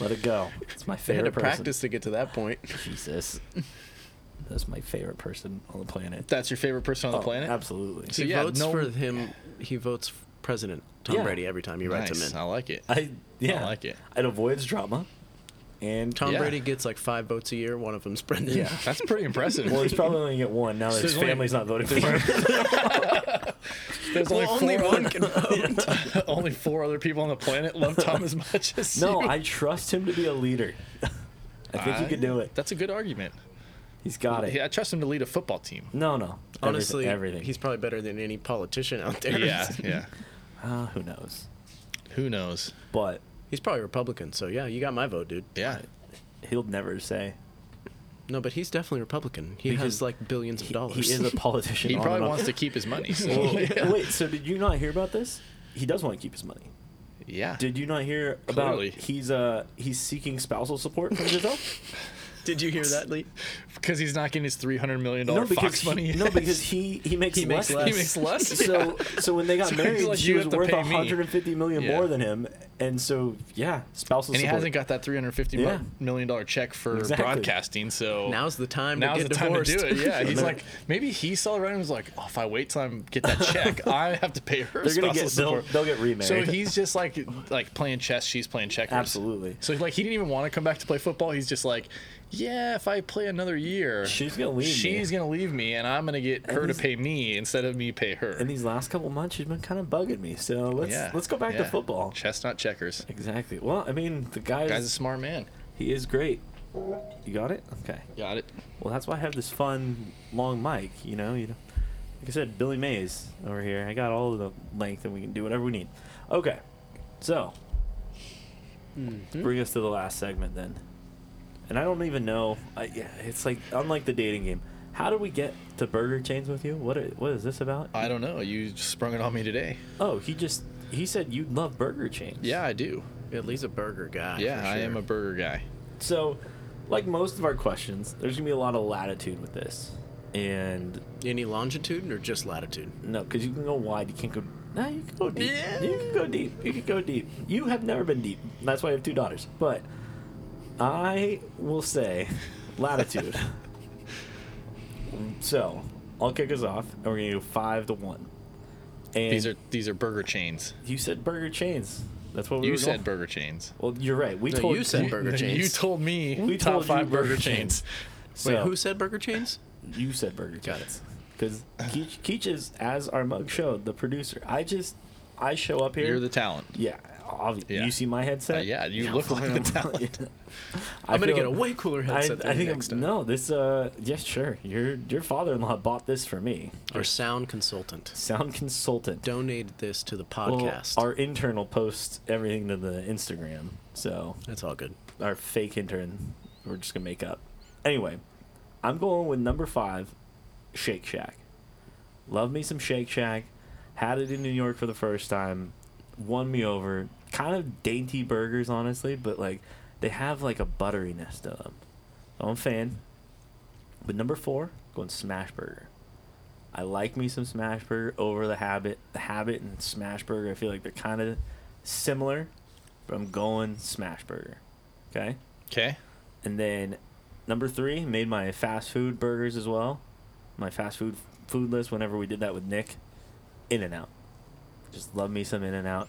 C: Let it go. It's my
A: they had
C: favorite
A: to
C: person.
A: practice to get to that point.
B: (laughs)
C: Jesus, that's my favorite person on the planet.
B: That's your favorite person on the
C: Oh,
B: planet? (laughs)
C: Absolutely.
B: So
A: he
B: yeah,
A: votes
B: no-
A: for him. He votes f- President Tom
C: Yeah.
A: Brady every time he writes
B: Nice.
A: him
B: I
A: in.
B: like it.
C: I yeah.
B: like it.
C: It avoids drama. And
A: Tom
B: Yeah.
A: Brady gets like five votes a year. One of them's Brendan. (laughs)
C: (laughs) Yeah.
B: That's pretty impressive.
C: well, he's probably only gonna get one now that
B: So
C: his
B: there's only-
C: family's not voting for him.
B: (laughs)
C: (laughs)
B: There's
A: Well, only
B: four
A: one
B: other- (laughs)
A: can vote.
B: only four other people on the planet love Tom as much as (laughs)
C: no,
B: you.
C: I trust him to be a leader. (laughs) I think he
B: I-
C: could do it.
B: That's a good argument.
C: He's got it.
B: Yeah, I trust him to lead a football team.
C: No, no.
A: Honestly,
C: everything. everything.
A: he's probably better than any politician out there. (laughs)
B: Yeah, yeah.
C: Uh, who knows?
B: Who knows?
C: But
A: He's probably Republican. So yeah, you got my vote, dude.
B: Yeah.
C: he'll never say.
A: No, but he's definitely Republican. He
C: Because
A: has like billions of
C: He,
A: dollars.
C: he is
A: (laughs)
C: a
B: (laughs)
C: politician.
B: He
C: on and
B: probably
C: off.
B: wants to keep his money.
C: (laughs) Well,
B: (laughs) So,
C: Wait, so did you not hear about this? He does want to keep his money.
B: yeah.
C: Did you not hear
B: Clearly.
C: about he's uh he's seeking spousal support
B: (laughs)
C: from Giselle?
A: Did you hear that, Lee?
B: Because he's not getting his three hundred million dollar Fox
C: because he,
B: money. (laughs)
C: no, because he he makes
A: He makes
C: less.
B: he
A: less.
C: (laughs)
B: makes less. Yeah.
C: So so when they got
B: So he's
C: married,
B: like,
C: she
B: "You
C: was
B: have to
C: worth
B: pay me."
C: 150 million
B: Yeah.
C: more than him, and so yeah,
B: (laughs)
C: spousal
B: and he
C: support.
B: hasn't got that three hundred fifty
C: Yeah.
B: million dollar check for
C: Exactly.
B: broadcasting. So
A: Now's the time to
B: Oh. now's
A: get
B: the time
A: divorced.
B: to do it.
C: (laughs)
B: Yeah,
A: (laughs)
B: he's
C: No.
B: like maybe he saw it right and was like, oh, if I wait till I get
C: (laughs)
B: that check, I have to pay her.
C: They're
B: spousal
C: gonna get they'll,
B: support.
C: they'll get remarried.
B: So he's just like like playing chess. She's playing checkers.
C: Absolutely.
B: So like he didn't even want to come back to play football. He's just like, yeah, if I play another year,
C: She's gonna leave me."
B: She's gonna leave me, and I'm gonna get her to
C: these-
B: pay me instead of me pay her.
C: in these last couple months, she's been kind of bugging me. So let's
B: yeah.
C: let's go back to
B: yeah.
C: football.
B: Chestnut checkers.
C: Exactly. Well, I mean, the guy
B: Guy's a
C: is,
B: smart man.
C: he is great. You got it? Okay.
B: Got it.
C: Well, that's why I have this fun long mic. You know, you know. Like I said, Billy Mays over here. I got all of the length, and we can do whatever we need. Okay. So bring us to the last segment then. And I don't even know. I, yeah, it's like unlike the dating game. How do we get to burger chains with you? What are, what is this about?
B: I don't know. You sprung it on me today.
C: oh, he just he said you love burger chains.
B: Yeah, I do.
A: Yeah, Lee's a burger guy.
B: Yeah,
A: for
B: I am
A: sure.
B: a burger guy.
C: So, like most of our questions, there's gonna be a lot of latitude with this, and
A: Any longitude or just latitude?
C: no, because you can go wide, you can't go. No, you can go deep.
A: Yeah.
C: You can go deep. You can go deep. You have never been deep. That's why I have two daughters. But I will say,
B: (laughs)
A: (laughs)
C: latitude. so I'll kick us off, and we're gonna go five to one. And
B: These are these are burger chains.
C: you said burger chains. That's what we
B: You
C: were
B: said
C: Going.
B: burger chains.
C: Well, you're right. We
A: No,
C: told
A: you said
C: (laughs)
A: burger chains.
B: (laughs) You told me
C: We
B: top
C: told you
B: five burger
C: burger
B: chains.
C: chains.
A: Wait,
C: So-
A: who said burger chains?
C: You said Burger
A: Got
C: Chains. Because Keech, Keech is, as our mug showed, the producer. I just, I show up here.
B: You're the talent.
C: yeah, obvi-
B: Yeah.
C: You see my headset?
B: Uh, yeah, you
C: (laughs)
B: look like the talent.
A: (laughs)
C: I
A: I'm gonna
C: feel-
A: get a way cooler
C: I,
A: headset than
C: I
A: you
C: think
A: next
C: I'm,
A: time.
C: no, this uh yeah sure your your father-in-law bought this for me
A: Our sound consultant
C: sound consultant
A: donated this to the
C: Well,
A: podcast.
C: our internal posts everything to the Instagram so
A: That's all good.
C: our fake intern we're just gonna make up anyway i'm going with number five shake shack love me some shake shack had it in new york for the first time won me over kind of dainty burgers honestly but like they have like a butteriness to them so i'm a fan but number four going smash burger i like me some smash burger over the habit the habit and smash burger i feel like they're kind of similar but i'm going smash burger okay
B: Okay.
C: and then number three, made my fast food burgers as well. My fast food food list whenever we did that with Nick. In and out. Just love me some In and Out.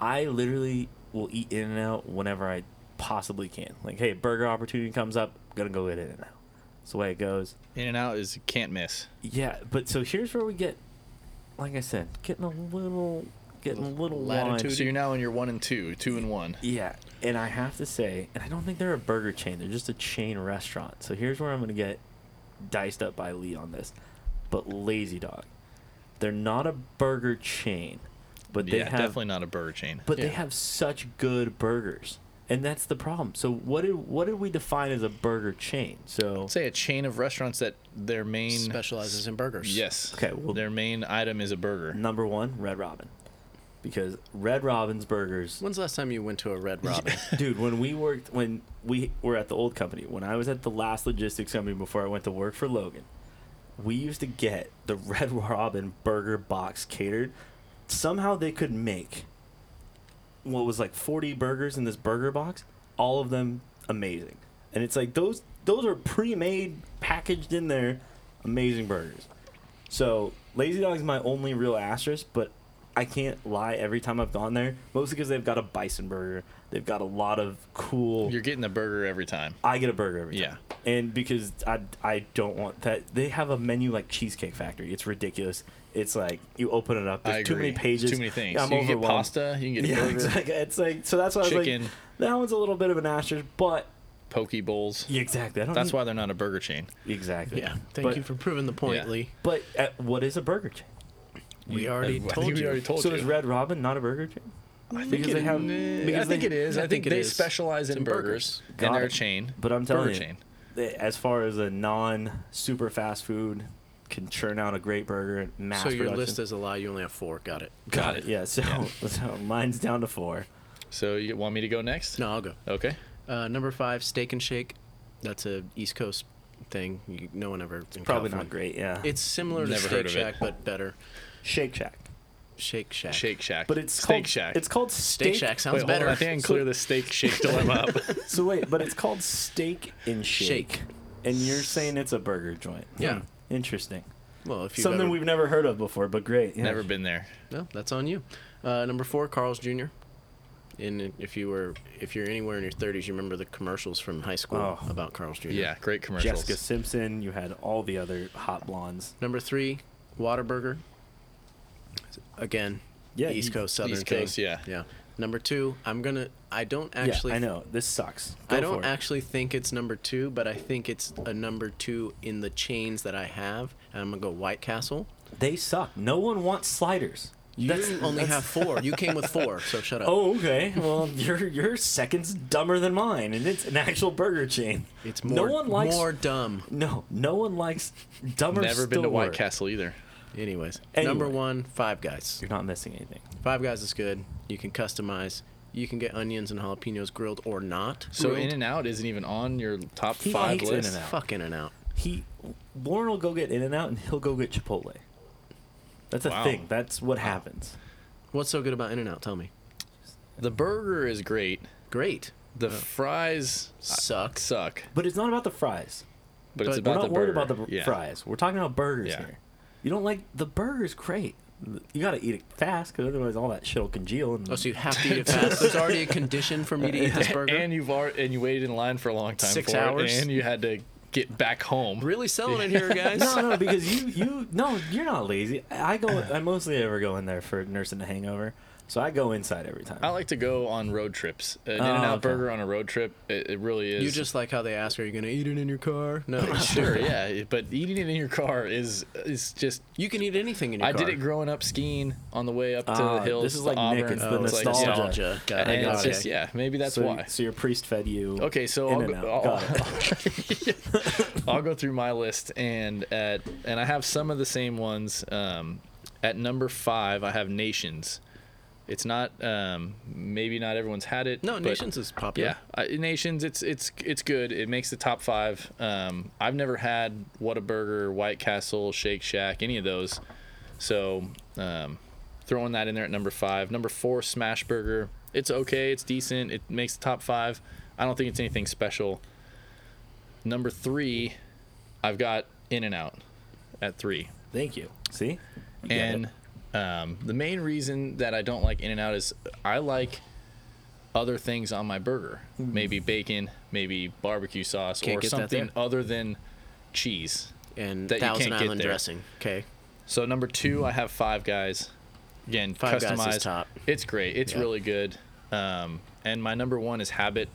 C: I literally will eat In and Out whenever I possibly can. Like, hey, burger opportunity comes up, gonna go get In and Out. That's the way it goes.
B: In and out is can't miss.
C: Yeah, but so here's where we get like I said, getting a little getting a little latitude.
B: So you're now in your one and two, two and one.
C: Yeah, and I have to say, and I don't think they're a burger chain; they're just a chain restaurant. So here's where I'm gonna get diced up by Lee on this, but Lazy Dog, they're not a burger chain, but they
B: yeah,
C: have,
B: definitely not a burger chain.
C: but they
A: yeah.
C: have such good burgers, and that's the problem. So what did what did we define as a burger chain? So
B: I'd say a chain of restaurants that their main
A: Specializes in burgers.
B: Yes.
C: Okay, well-
B: their main item is a burger.
C: number one, Red Robin, because Red Robin's Burgers
A: When's the last time you went to a Red
B: (laughs)
A: Robin?
C: dude when we worked when we were at the old company when i was at the last logistics company before i went to work for logan we used to get the (laughs) red robin burger box catered somehow they could make what was like 40 burgers in this burger box all of them amazing and it's like those those are pre-made packaged in there amazing burgers so lazy dog is my only real asterisk but I can't lie. Every time I've gone there, mostly because they've got a bison burger. They've got a lot of cool.
B: You're getting the burger every time.
C: I get a burger every
B: Yeah.
C: time. And because I, I don't want that. They have a menu like Cheesecake Factory. It's ridiculous. It's like you open it up. There's
B: I
C: too many
B: agree.
C: pages.
B: Too many things.
C: I'm
B: you can get
C: overwhelmed.
B: pasta. You can get
C: (laughs) Yeah,
B: burgers,
C: it's like, it's like so. That's why I was
B: Chicken.
C: like, that one's a little bit of an asterisk, but
B: poke bowls.
C: yeah, exactly. I don't
B: That's
C: need-
B: why they're not a burger chain.
C: exactly.
A: yeah. Thank
C: But-
A: you for proving the point,
B: Yeah.
A: Lee.
C: But uh what is a burger chain?
A: We
B: You-
A: already
B: (laughs) I think
A: told
B: we
A: you.
B: already told
C: So
B: you.
C: is Red Robin not a burger chain?
B: I think
C: because
B: it,
C: they have-
B: nah,
C: because
B: I think
C: they-
B: it is.
A: I
B: I,
A: think
B: think,
A: it
B: they
A: is.
B: specialize
A: It's
B: in
A: in
B: burgers,
C: Got
B: and they're
C: it.
B: a chain.
C: But I'm telling
B: burger
C: you,
B: chain.
C: as far as a non super fast food can churn out a great burger and mass
A: So your
C: production.
A: list is a lie. You only have four. Got it.
B: Got it.
C: Yeah, so, (laughs) so mine's down to four.
B: So you want me to go next?
A: No, I'll go.
B: Okay.
A: Uh, number five, Steak and Shake. That's a East Coast thing. You, no one ever. It's
C: Probably not great. Yeah,
A: It's similar to
B: Never
A: Steak
B: heard of it.
A: Shack, but better.
C: Shake Shack,
A: Shake Shack.
B: Shake Shack.
C: but it's
B: Steak
C: called,
B: Shack.
C: It's called
A: Steak
C: steak,
A: Shack
B: Wait,
A: sounds
B: hold
A: better.
B: on, I think I can
C: So-
B: clear the
C: (laughs)
B: steak shake dilemma up.
C: So wait, but it's called steak and shake,
A: Shake.
C: and you're saying it's a burger joint?
A: Yeah.
C: Hmm, interesting.
A: Well, if you
C: Something we've never heard of before, but great. yeah.
B: Never been there.
A: No, that's on you. Uh, number four, Carl's Jr. And if you were, if you're anywhere in your 30s, you remember the commercials from high school
C: Oh.
A: about Carl's Jr.
B: Yeah, great commercials.
C: Jessica Simpson. You had all the other hot blondes.
A: Number three, Waterburger. Again,
C: Yeah, e-
A: East
C: you-
A: Coast Southern
B: East
A: thing.
B: Coast, yeah.
A: yeah. Number two, I'm gonna. I don't actually.
C: yeah, I know this sucks. Go
A: I don't
C: for it.
A: actually think it's number two, but I think it's a number two in the chains that I have. And I'm gonna go White Castle.
C: They suck. No one wants sliders.
A: You only have four. You came with four, so shut up.
C: (laughs) Oh, okay. Well, (laughs) your your second's dumber than mine, and it's an actual burger chain.
A: it's more
C: no one likes
A: more dumb.
C: no no one likes dumber.
B: Never been to
C: still
B: White
C: work.
B: Castle either.
A: Anyways,
C: Anyway.
A: number one, Five Guys.
C: You're not missing anything.
A: Five Guys is good. You can customize. You can get onions and jalapenos grilled or not.
B: So
A: grilled.
B: In and Out isn't even on your top
C: He
B: five
C: hates
B: list.
C: In-N-Out.
A: fuck In and Out.
C: He Lauren will go get In and Out, and he'll go get Chipotle. That's a
B: Wow.
C: thing. That's what happens.
A: What's so good about In and Out? Tell me.
B: The burger is great.
A: Great.
C: Oh.
B: The fries
A: Sucks.
B: suck,
C: But it's not about the fries.
B: but, it's
A: But
B: about
C: We're not
B: the
C: worried
B: burger.
C: about the b-
B: Yeah.
C: fries. We're talking about burgers
B: Yeah.
C: here. You don't like the burger's great. You got to eat it fast, because otherwise all that shit will congeal. And
A: Oh, so you have to eat
B: (laughs)
A: it fast. There's already a condition for me to eat this burger.
B: (laughs) And you've already, and you waited in line for a long time.
A: Six
B: for it,
A: hours.
B: and you had to get back home.
A: really selling it
B: (laughs)
A: here, guys.
C: (laughs) no, no, because you, you, no, you're not lazy. I go, I mostly ever go in there for nursing a hangover, so I go inside every time.
B: I like to go on road trips. An
C: Oh,
B: In and Out
C: okay.
B: burger on a road trip, it, it really is.
A: You just like how they ask, "Are you gonna eat it in your car?"
B: (laughs)
A: No,
C: (laughs)
B: sure, yeah. But eating it in your car is is just.
A: you can eat anything in your
B: I
A: car.
B: did it growing up skiing on the way up to
C: Ah,
B: the hills.
C: this is
B: to
C: like Nick,
B: Auburn.
C: it's the
B: It's like,
C: nostalgia.
B: yeah.
A: Oh, nostalgia. Got it,
B: And it's
A: got it.
B: just yeah, maybe that's
C: so,
B: why.
C: So your priest fed you.
B: Okay, so
C: in
B: I'll
C: and
B: go,
C: out.
B: I'll,
C: Got it.
B: I'll (laughs) go through my list and at and I have some of the same ones. Um, at number five, I have Nations. It's not um, maybe not everyone's had it.
A: No,
B: but-
A: Nations is popular.
B: Yeah, I, Nations. It's it's it's good. It makes the top five. Um, I've never had Whataburger, White Castle, Shake Shack, any of those. So um, throwing that in there at number five. Number four, Smash Burger. It's okay. It's decent. It makes the top five. I don't think it's anything special. Number three, I've got In and Out at three.
C: Thank you. See, You got
B: And
C: it.
B: um, the main reason that I don't like In and Out is I like other things on my burger. Maybe bacon, maybe barbecue sauce,
A: Hmm. Can't
B: or
A: get that
B: something
A: there.
B: other than cheese.
A: and
B: that you
A: Thousand
B: can't get
A: Island
B: there.
A: dressing. Okay,
B: So number two, I have Five Guys. Again,
A: Hmm. Five Guys
B: customized.
A: is top.
B: It's great. It's
A: Yeah.
B: really good. Um, and my number one is Habit.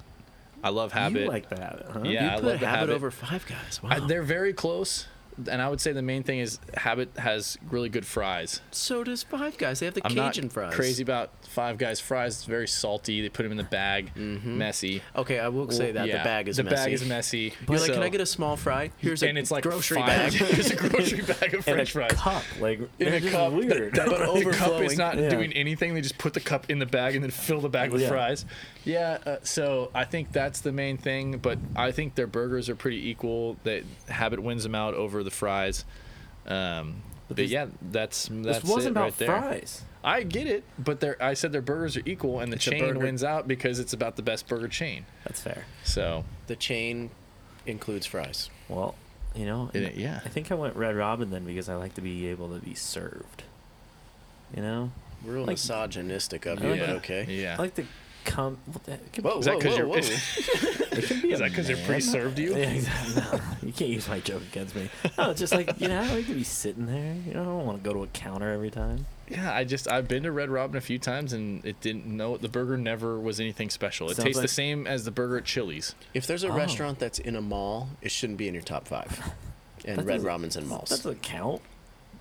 B: I love Habit.
C: you like the habit, huh?
B: Yeah,
A: you
B: I
A: put
B: love the
A: Habit
B: Habit.
A: over Five Guys. Wow,
B: I, they're very close. and I would say the main thing is Habit has really good fries.
A: So does Five Guys. They have the
B: I'm
A: Cajun
B: not
A: fries.
B: crazy about Five Guys fries. It's very salty. They put them in the bag, messy.
A: Okay, I will Mm-hmm. say that
B: Yeah,
A: the bag is
B: the
A: messy.
B: bag is messy.
A: You're like, can
B: So-
A: I get a small fry? Here's a
B: and it's like
A: grocery
B: (laughs) five-
A: bag.
B: Here's a grocery bag of
C: in
B: French
C: a
B: fries.
C: cup. Like
B: in
C: they're
B: a
C: just
B: cup. (laughs)
C: Weird.
B: That,
A: (laughs) But
B: (laughs) the cup is
A: overflowing.
B: not
C: Yeah.
B: doing anything. They just put the cup in the bag and then fill the bag with
C: Yeah.
B: fries. Yeah. Uh, so I think that's the main thing. But I think their burgers are pretty equal. That Habit wins them out over the fries. Um, but,
C: this-
B: yeah, that's that's
C: this wasn't
B: it
C: about
B: right there.
C: fries.
B: I get it, but they're, I said their burgers are equal, and the
A: a
B: chain
A: burger.
B: wins out because it's about the best burger chain.
C: That's fair.
B: So
A: the chain includes fries.
C: Well, you know,
B: It- yeah.
C: I think I went Red Robin then because I like to be able to be served. You know,
A: Real
C: Like-
A: misogynistic of
C: I
A: you,
C: like
A: but
B: yeah,
A: okay.
B: Yeah.
C: I like to come. Well, that- it could
A: Whoa,
B: Is
A: whoa,
B: that 'cause
A: whoa,
B: (laughs) you're-
A: whoa.
C: be, it could
B: (laughs)
C: be
B: is
C: a
B: that because your
C: man.
B: pre served you?
C: Yeah, (laughs) exactly. No, you can't use my joke against me. No, it's just like you know, I like to be sitting there. You know, I don't want to go to a counter every time.
B: Yeah, I just I've been to Red Robin a few times and it didn't know the burger never was anything special. It
C: Sounds
B: tastes the
C: like-
B: same as the burger at Chili's.
A: (laughs) if there's a
C: Oh.
A: restaurant that's in a mall, it shouldn't be in your top five. And
C: That
A: Red
C: doesn't-
A: Robin's in
C: That
A: malls.
C: doesn't count.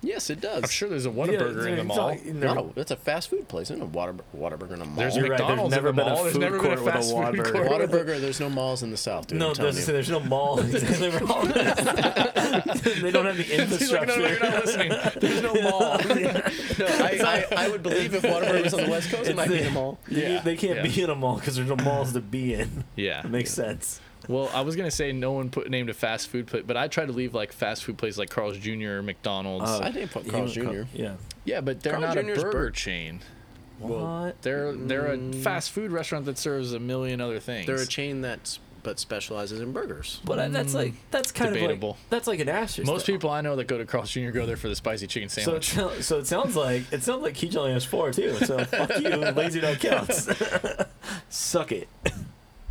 A: Yes, it does.
B: I'm sure there's a Whataburger in the mall.
A: No, that's a fast food place. There's no Water Waterburger in a mall.
B: There's
C: You're right, there's
B: McDonald's
C: never
B: in the
C: been a
B: mall. There's
C: food
B: never been a
C: court with a
B: fast food
C: Whataburger.
B: court. (laughs)
A: Waterburger. There's no malls in the South, dude.
C: No,
A: I'm telling
C: there's,
A: you.
C: there's no
B: (laughs)
C: mall. (laughs) They're all- (laughs) they don't have the
B: He's like, no, no, you're
C: infrastructure.
B: not
C: (laughs)
B: listening. There's no mall.
A: No, (laughs) I, I, I would believe if Waterburger was on the West Coast, it
C: It's
A: might be in
C: the-
A: a mall.
C: You-
B: Yeah,
C: They can't be
B: yeah.
C: in a mall because there's no malls to
B: (laughs)
C: be in.
B: Yeah.
C: It makes sense.
B: Well, I was gonna say no one put named a fast food place, but I try to leave like fast food places like Carl's Jr. or McDonald's.
C: Oh.
A: I didn't fuck Carl's
C: He would
A: Jr.
C: come- Yeah.
B: yeah, but they're
A: Carl's
B: not
A: Jr.'s
B: a burger
A: bur-
B: chain.
C: What?
B: They're they're a
C: Mm.
B: fast food restaurant that serves a million other things.
A: They're a chain that's but specializes in burgers.
C: But I- that's like that's kind of
B: hmm, Debatable.
C: like that's like an asterisk.
B: Most
C: though.
B: people I know that go to Carl's Jr. go there for the spicy chicken
C: So it,
B: sandwich.
C: sounds- so it sounds like it sounds like he only has four too.
B: (laughs)
C: So fuck you, lazy dog counts. (laughs) Suck it. (laughs)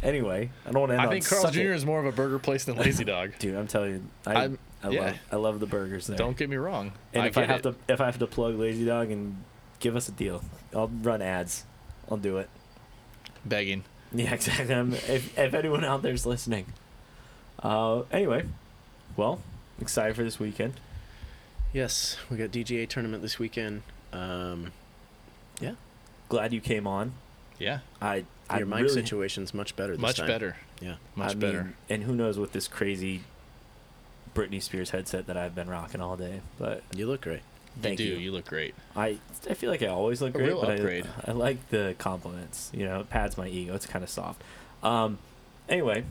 C: Anyway, I don't want to end
B: I
C: on
B: think Carl's
C: suck
B: Jr.
C: it.
B: is more of a burger place than
C: (laughs)
B: Lazy Dog.
C: Dude, I'm telling you, I
B: I'm-
C: I
B: yeah.
C: love I love the burgers there.
B: Don't get me wrong.
C: and
B: I
C: if I
B: get
C: have
B: it.
C: to if I have to plug Lazy Dog and give us a deal, I'll run ads. I'll do it. (laughs)
B: begging.
C: Yeah, exactly. I'm, if if anyone out there's listening, uh, anyway, well, excited for this weekend.
A: Yes, we got DGA tournament this weekend. Um,
C: Glad you came on.
B: Yeah,
C: I I
A: your mic
C: really,
A: situation's much better this
B: much
A: time.
B: better.
A: Yeah.
B: Much
C: I mean,
B: better.
C: and who knows with this crazy Britney Spears headset that I've been rocking all day. But
A: You look great.
B: you
C: thank
B: do.
C: you.
B: You. look great.
C: I I feel like I always look
B: A
C: great.
B: real
C: but I-
B: upgrade.
C: I, like the compliments. You know, it pads my ego. It's kind of soft. Um, anyway,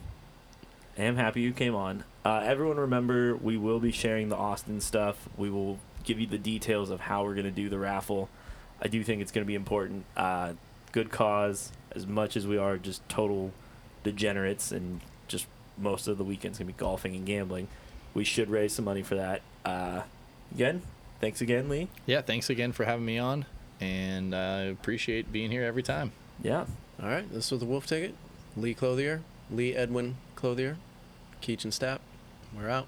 C: I am happy you came on. Uh, everyone, remember we will be sharing the Austin stuff. We will give you the details of how we're going to do the raffle. I do think it's going to be important. Uh, good cause. As much as we are just total degenerates and just most of the weekend's going to be golfing and gambling, we should raise some money for that. Uh, again, thanks again, Lee.
B: Yeah, thanks again for having me on, and I appreciate being here every time.
C: Yeah.
A: All right, this was the Wolf Ticket. Lee Clothier, Lee Edwin Clothier, Keach and Stapp. We're out.